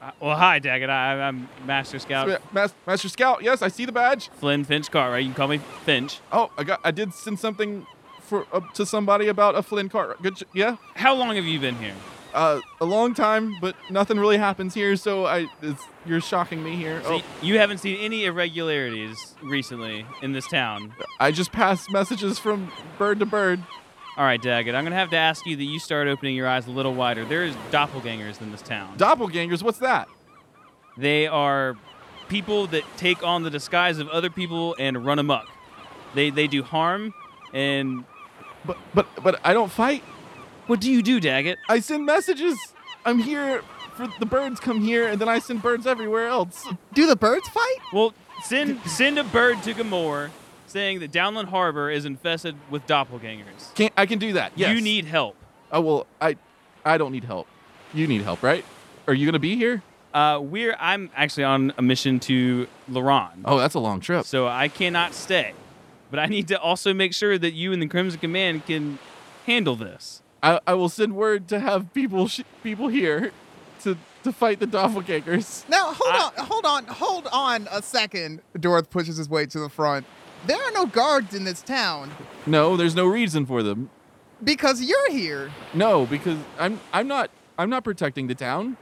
F: Uh, Well, hi, Daggett. I, I'm Master Scout
A: Ma- Mas- Master Scout, yes, I see the badge.
F: Uh, Flynn Finch Cartwright. You can call me Finch.
A: Oh, I got. I did send something for up to somebody about a Flynn cart. Good. j- Yeah.
F: How long have you been here?
A: Uh, a long time, but nothing really happens here. So I, it's, you're shocking me here.
F: So
A: Oh,
F: y- You haven't seen any irregularities recently in this town.
A: I just passed messages from bird to bird.
F: All right, Daggett. I'm gonna have to ask you that you start opening your eyes a little wider. There is doppelgangers in this town.
A: Doppelgangers. What's that?
F: They are people that take on the disguise of other people and run amok. They they do harm and
A: But but but I don't fight.
F: what do you do, Daggett?
A: I send messages. I'm here for the birds. Come here, and then I send birds everywhere else.
I: Do the birds fight?
F: Well, send send a bird to Gamor saying that Downland Harbor is infested with doppelgangers.
A: Can I can do that? Yes.
F: You need help.
A: Oh well, I, I don't need help. You need help, right? Are you gonna be here?
F: Uh, we're I'm actually on a mission to Laron.
A: Oh, that's a long trip.
F: So I cannot stay. But I need to also make sure that you and the Crimson Command can handle this.
A: I, I will send word to have people sh- people here to to fight the doppelgangers.
I: Now hold on, hold on, hold on a second. Dorth pushes his way to the front. There are no guards in this town
A: No, there's no reason for them.
I: because you're here.
A: No, because I'm I'm not I'm not protecting the town.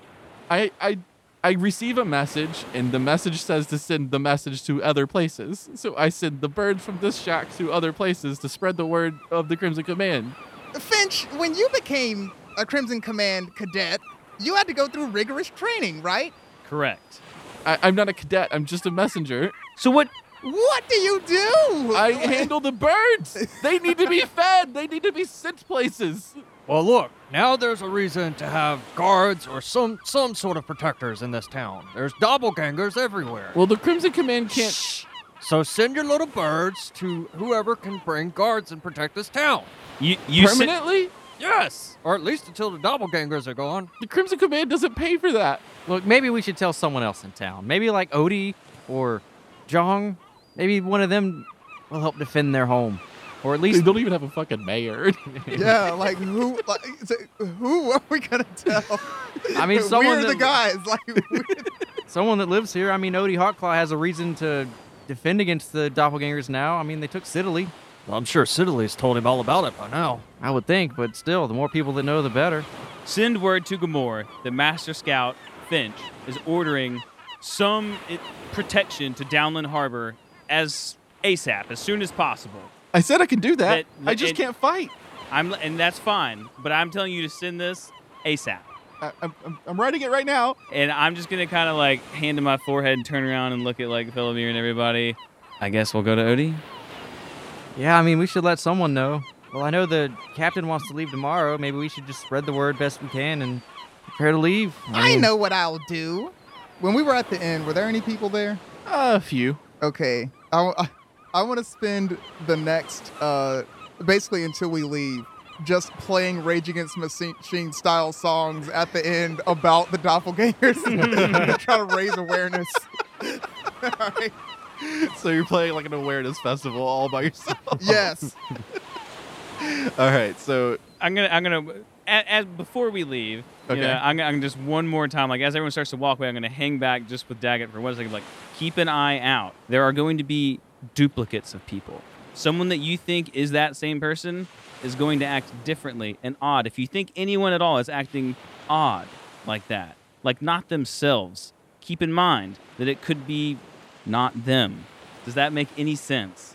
A: I I I receive a message and the message says to send the message to other places. So I send the bird from this shack to other places to spread the word of the Crimson Command.
I: Finch, when you became a Crimson Command cadet, you had to go through rigorous training, right?
F: Correct.
A: I, I'm not a cadet. I'm just a messenger.
F: So what
I: What do you do?
A: I handle the birds. They need to be fed. They need to be sent places.
D: Well, look, now there's a reason to have guards or some some sort of protectors in this town. There's doppelgangers everywhere.
A: Well, the Crimson Command can't.
D: So send your little birds to whoever can bring guards and protect this town.
F: you you sen-
A: permanently?
D: Yes, or at least until the doppelgangers are gone.
A: the Crimson Command doesn't pay for that.
E: Look, maybe we should tell someone else in town. Maybe like Odie or Jong. Maybe one of them will help defend their home. Or at
A: They
E: least
A: don't even have a fucking mayor.
I: yeah, like who? Like, so who are we gonna tell?
E: I mean, someone
I: we're the
E: that-
I: guys. Like, we-
E: someone that lives here. I mean, Odie Hawkclaw has a reason to defend against the doppelgangers now. I mean, they took Siddeley,
D: Well, I'm sure Sidley's told him all about it by now.
E: I would think, but still, the more people that know, the better.
F: send word to Gamor that Master Scout Finch is ordering some i- protection to Downland Harbor as ASAP, as soon as possible.
A: I said I can do that.
F: That-
A: I just
F: it-
A: can't fight.
F: I'm and that's fine, but I'm telling you to send this ASAP.
A: I, I'm, I'm, I'm writing it right now.
F: And I'm just gonna kind of like hand to my forehead and turn around and look at like Philomere and everybody. I guess we'll go to Odie.
E: Yeah, I mean, we should let someone know. Well, I know the captain wants to leave tomorrow. Maybe we should just spread the word best we can and prepare to leave.
I: I
E: mean,
I: know what I'll do. When we were at the inn, were there any people there?
A: a few.
I: Okay. I, w- I, want to spend the next, uh, basically until we leave, just playing Rage Against the Machine style songs at the end about the doppelgangers. Try to raise awareness.
A: So you're playing like an awareness festival all by yourself.
I: Yes.
A: All right. So
F: I'm gonna, I'm gonna, as, as before we leave,
A: Okay.
F: you know, I'm, gonna- I'm just one more time, like as everyone starts to walk away, I'm gonna hang back just with Daggett for one second, like keep an eye out. There are going to be duplicates of people. Someone that you think is that same person is going to act differently and odd. If you think anyone at all is acting odd like that, like not themselves, keep in mind that it could be not them. Does that make any sense?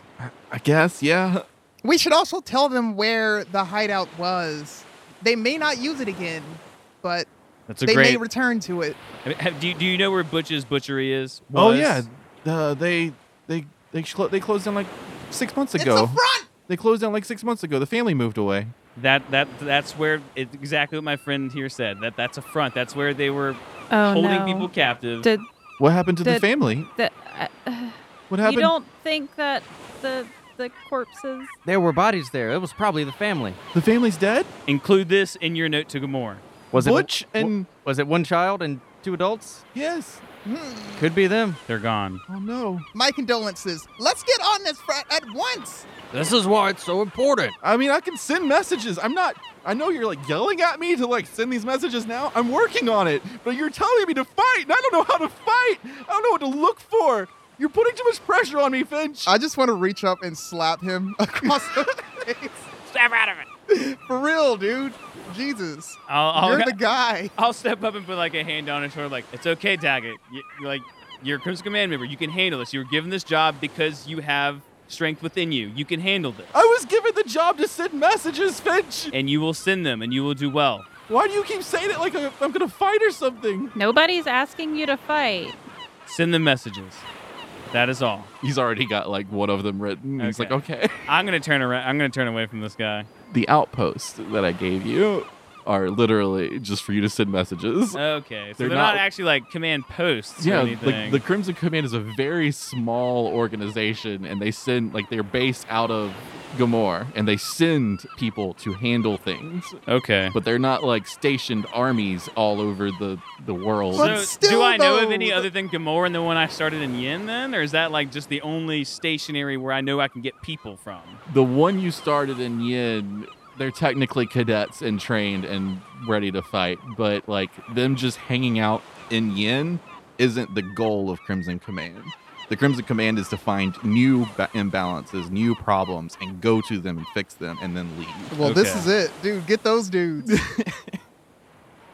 A: I guess, yeah.
I: We should also tell them where the hideout was. They may not use it again, but
F: That's a
I: they may
F: great.
I: return to it.
F: I mean, have- do, you, do you know where Butch's butchery is?
A: Oh
F: was?
A: yeah. Uh, they they they clo- they closed down like six months
I: It's
A: ago.
I: a front.
A: they closed down like six months ago. The family moved away.
F: That that that's where it's exactly what my friend here said. That that's a front. That's where they were
H: Oh
F: holding
H: no.
F: people captive.
H: Did
A: What happened to the
H: Did-
A: family?
H: the uh,
A: What
H: you
A: happened?
H: don't think that the the corpses?
E: there were bodies there. It was probably the family.
A: the family's dead.
F: Include this in your note to Gamor.
E: Was
A: Butch
E: it
A: and
E: was it one child and
K: two adults?
A: Yes.
I: Hmm.
K: Could be them.
F: They're gone.
A: Oh no.
I: My condolences. Let's get on this frat at once.
G: This is why it's so important.
A: I mean, I can send messages. I'm not. I know you're like yelling at me to like send these messages now. I'm working on it, but you're telling me to fight, and I don't know how to fight. I don't know what to look for. You're putting too much pressure on me, Finch.
I: I just want to reach up and slap him across the face.
H: Snap out of it.
I: For real, dude. Jesus.
F: I'll, I'll,
I: You're the guy.
F: I'll step up and put like a hand on his shoulder, like it's okay, Daggett. You, you're, like you're a Crimson Command member, you can handle this. You were given this job because you have strength within you. You can handle this,
A: I was given the job to send messages, Finch.
F: and you will send them, and you will do well.
A: Why do you keep saying it like I'm gonna fight or something?
H: Nobody's asking you to fight.
F: Send them messages. That is all.
A: He's already got like one of them written. He's like, okay.
F: I'm gonna turn around. I'm gonna turn away from this guy.
A: The outposts that I gave you are literally just for you to send messages.
F: Okay, so
A: They're
F: they're, not,
A: not-
F: actually like command posts.
A: yeah,
F: or
A: the,
F: Oh, anything.
A: the Crimson Command is a very small organization, and they send like they're based out of Gamor, and they send people to handle things,
F: okay.
A: but they're not like stationed armies all over the the world.
I: But
F: So,
I: still,
F: do I know of
I: though,
F: any
I: the-
F: other than Gamora and the one I started in Yin then? Or is that like just the only stationary where I know I can get people from?
A: the one you started in Yin, they're technically cadets and trained and ready to fight, but like them just hanging out in Yin isn't the goal of Crimson Command. The Crimson Command is to find new ba- imbalances, new problems, and go to them and fix them and then leave.
I: Well, this
F: Okay.
I: is it, dude. Get those dudes.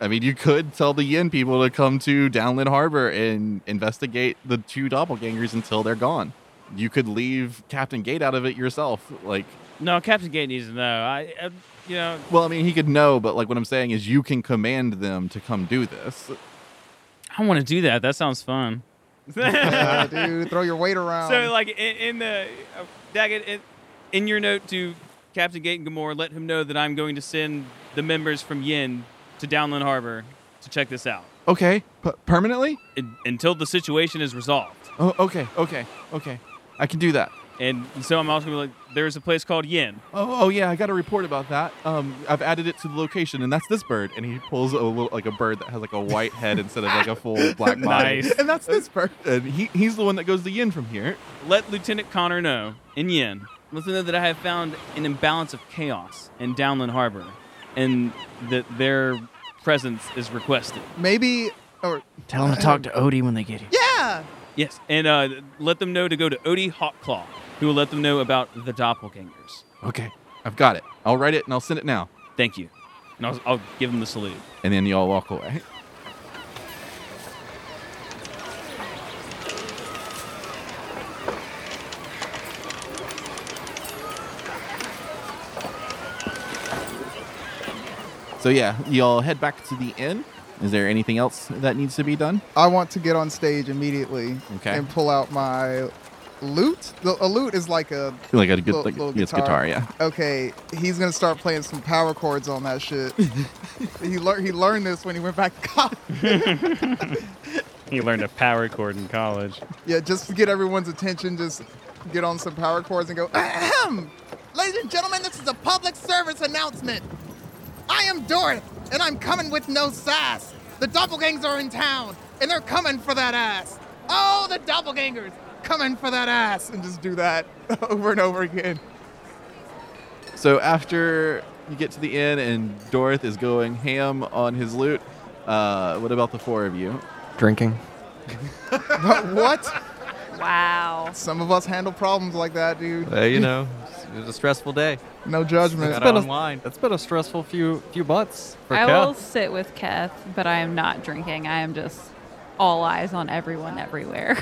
A: I mean, you could tell the Yin people to come to Downland Harbor and investigate the two doppelgangers until they're gone. You could leave Captain Gate out of it yourself. Like,
F: No, Captain Gate needs to know. I, I you know,
A: Well, I mean, he could know, but like what I'm saying is, you can command them to come do this.
F: I want to do that. That sounds fun.
I: Yeah, dude, throw your weight around.
F: So, like in, in the uh, Daggett, in, in your note to Captain Gate and Gamora, let him know that I'm going to send the members from Yin to Downland Harbor to check this out
A: Okay, P- permanently?
F: un- until the situation is resolved.
A: Oh, okay, okay, okay. I can do that.
F: And so I'm also gonna be like, there's a place called Yin.
A: Oh, oh yeah, I got a report about that. Um, I've added it to the location, and that's this bird. And he pulls a little like a bird that has like a white head instead of like a full black body.
F: Nice.
I: and that's this part.
A: And he, he's the one that goes to Yin from here.
F: Let Lieutenant Connor know in Yin. Let them know that I have found an imbalance of chaos in Downland Harbor, and that their presence is requested.
I: Maybe, or
L: Tell
I: uh,
L: them to talk to Odie when they get here.
I: yeah,
F: Yes, and uh, let them know to go to Odie Hawkclaw, who will let them know about the doppelgangers.
A: Okay, I've got it. I'll write it and I'll send it now.
F: Thank you, and I'll, I'll give them the salute.
A: And then y'all walk away. So yeah, y'all head back to the inn. Is there anything else that needs to be done?
I: I want to get on stage immediately
A: Okay.
I: and pull out my lute. The, a lute is like a
A: Like a good,
I: Little-
A: like
I: little
A: yes,
I: guitar.
A: guitar. yeah.
I: okay. He's gonna start playing some power chords on that shit. he learned he learned this when he went back to college.
F: He learned a power chord in college.
I: Yeah, just to get everyone's attention, just get on some power chords and go, Ahem! Ladies and gentlemen, this is a public service announcement. I am Dorth, and I'm coming with no sass. The doppelgangers are in town, and they're coming for that ass. Oh, the doppelgangers coming for that ass. And just do that over and over again.
A: So after you get to the inn and Dorth is going ham on his loot, uh, what about the four of you?
E: Drinking.
I: But what?
H: Wow.
I: Some of us handle problems like that, dude.
E: Well, you know, it's- it was a stressful day.
I: No judgment.
E: Got
I: But
E: online. That's been a stressful few few months for
H: I
E: Cal.
H: will sit with Keth, but I am not drinking. I am just all eyes on everyone everywhere.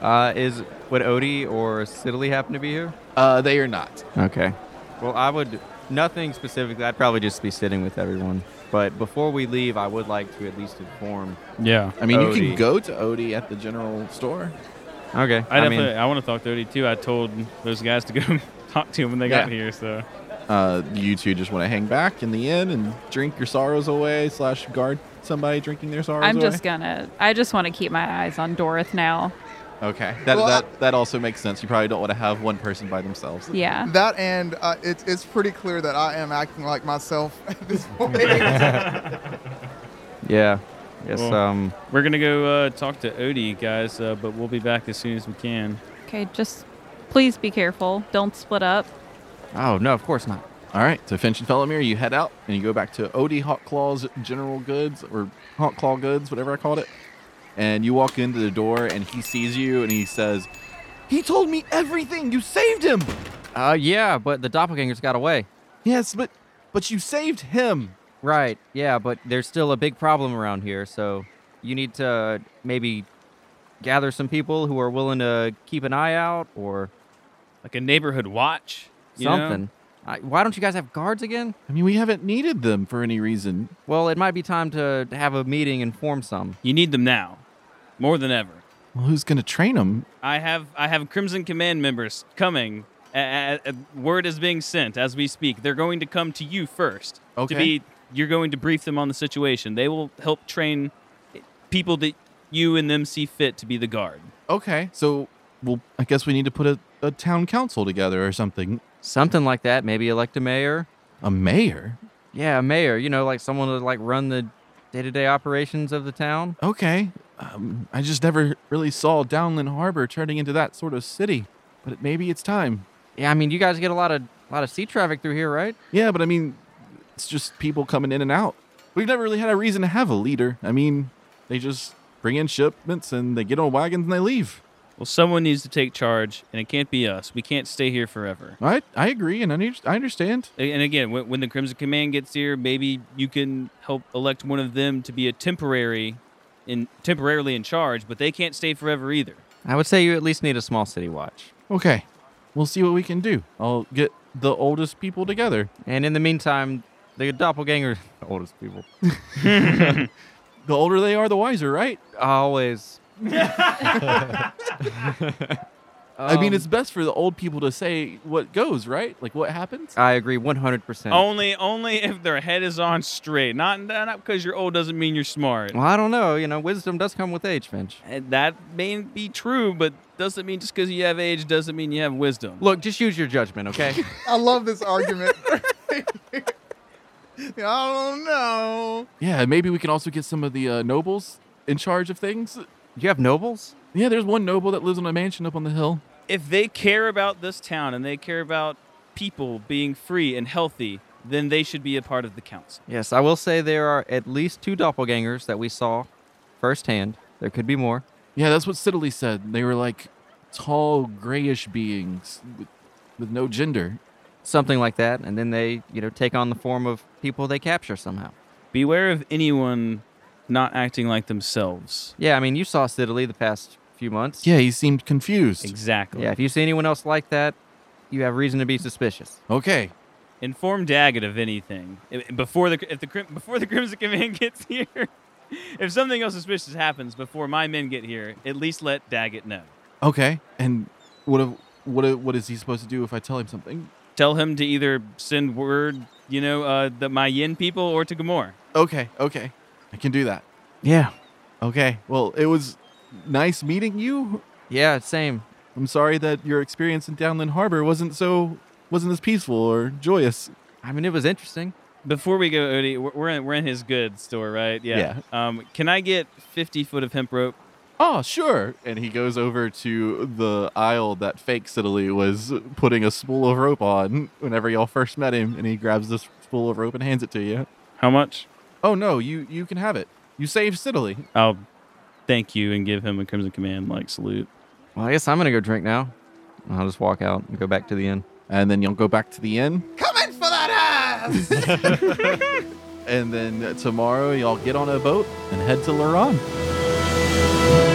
E: Uh, is would Odie or Sidley happen to be here?
A: Uh, they are not.
E: Okay. Well, I would nothing specifically. I'd probably just be sitting with everyone. But before we leave, I would like to at least inform.
F: Yeah,
A: I mean, you can
E: Odie.
A: go to Odie at the general store.
E: Okay.
F: I
E: I
F: definitely
E: mean,
F: I want to talk to Odie too. I told those guys to go talk to him when they got
A: Yeah.
F: here. So
A: Uh, you two just want to hang back in the inn and drink your sorrows away, slash guard somebody drinking their sorrows
H: I'm
A: away.
H: just gonna. I just want to keep my eyes on Dorith now.
A: okay. That,
I: Well,
A: that that also makes sense. You probably don't want to have one person by themselves.
H: Yeah.
I: That and uh, it's it's pretty clear that I am acting like myself at this point.
E: yeah.
M: Yes.
F: Well,
M: Um.
F: We're gonna go uh, talk to Odie, guys, uh, but we'll be back as soon as we can.
H: Okay, just please be careful. Don't split up.
M: Oh no, of course not.
A: All right, so Finch and Felomir, you head out and you go back to Odie Hawkclaw's General Goods or Hawkclaw Goods, whatever I called it. And you walk into the door and he sees you and he says, He told me everything. You saved him.
E: Uh, yeah, but the doppelgangers got away.
A: Yes, but but you saved him.
E: Right. Yeah, but there's still a big problem around here, so you need to maybe gather some people who are willing to keep an eye out or
F: Like a neighborhood watch, you know?
E: something. I, why don't you guys have guards again?
A: I mean, we haven't needed them for any reason.
E: Well, it might be time to have a meeting and form some.
F: You need them now, more than ever.
A: Well, who's going to train him?
F: I have I have Crimson Command members coming. A- a- a- word is being sent as we speak. They're going to come to you first.
A: Okay.
F: To be, you're going to brief them on the situation. They will help train people that you and them see fit to be the guard.
A: Okay, so well, I guess we need to put a, a town council together or something.
E: Something like that. Maybe elect a mayor. Uh,
A: A mayor?
E: Yeah, a mayor. You know, like someone to like run the day-to-day operations of the town.
A: Okay. Um, I just never really saw Downland Harbor turning into that sort of city, but maybe it's time.
E: Yeah, I mean, you guys get a lot of lot of sea traffic through here, right?
A: Yeah, but I mean, it's just people coming in and out. We've never really had a reason to have a leader. I mean, they just bring in shipments and they get on wagons and they leave.
F: Well, someone needs to take charge, and it can't be us. We can't stay here forever.
A: I I agree and I need, I understand.
F: A- And again, when, when the Crimson Command gets here, maybe you can help elect one of them to be a temporary, in temporarily in charge, but they can't stay forever either.
E: I would say you at least need a small city watch.
A: Okay. We'll see what we can do. I'll get the oldest people together.
E: And in the meantime, the doppelganger, the oldest people,
A: The older they are, the wiser, right?
E: always.
A: I
E: Um,
A: mean, it's best for the old people to say what goes, right? Like what happens?
E: I agree 100%.
F: Only, only if their head is on straight. Not not because you're old doesn't mean you're smart.
E: Well, I don't know. You know, wisdom does come with age, Finch.
F: And that may be true, but doesn't mean just because you have age doesn't mean you have wisdom.
E: Look, just use your judgment, okay?
I: I love this argument. I don't know.
A: Yeah, maybe we can also get some of the uh, nobles in charge of things.
E: you have nobles?
A: Yeah, there's one noble that lives on a mansion up on the hill.
F: If they care about this town and they care about people being free and healthy, then they should be a part of the council.
E: Yes, I will say there are at least two doppelgangers that we saw firsthand. There could be more.
A: Yeah, that's what Siddeley said. They were like tall, grayish beings with, with no gender.
E: Something like that. And then they, you know, take on the form of people they capture somehow.
F: Beware of anyone not acting like themselves.
E: Yeah, I mean, you saw Siddeley the past few months.
A: Yeah, he seemed confused.
F: Exactly.
E: Yeah, if you see anyone else like that, you have reason to be suspicious.
A: Okay.
F: Inform Daggett of anything I- before the if the Crim- before the Crimson Command gets here. If something else suspicious happens before my men get here, at least let Daggett know.
A: Okay. And what if- what if- what is he supposed to do if I tell him something?
F: Tell him to either send word, you know, uh, that my Yin people or to Gamor.
A: Okay, okay. I can do that.
N: Yeah.
A: Okay. Well, it was nice meeting you.
E: Yeah, same.
A: I'm sorry that your experience in Downland Harbor wasn't so wasn't as peaceful or joyous.
E: I mean, it was interesting.
F: Before we go, Odie, we're- we're in, we're in his goods store, right? Um, can I get 50 foot of hemp rope?
A: Oh, sure. And he goes over to the aisle that fake Siddeley was putting a spool of rope on whenever y'all first met him, and he grabs this spool of rope and hands it to you.
F: How much?
A: Oh no, you you can have it. You saved Siddeley.
F: I'll thank you and give him a Crimson Command like salute.
E: Well, I guess I'm gonna go drink now. And I'll just walk out and go back to the inn.
A: And then you'll go back to the inn.
I: Come in for that ass.
A: And then tomorrow y'all get on a boat and head to Laron.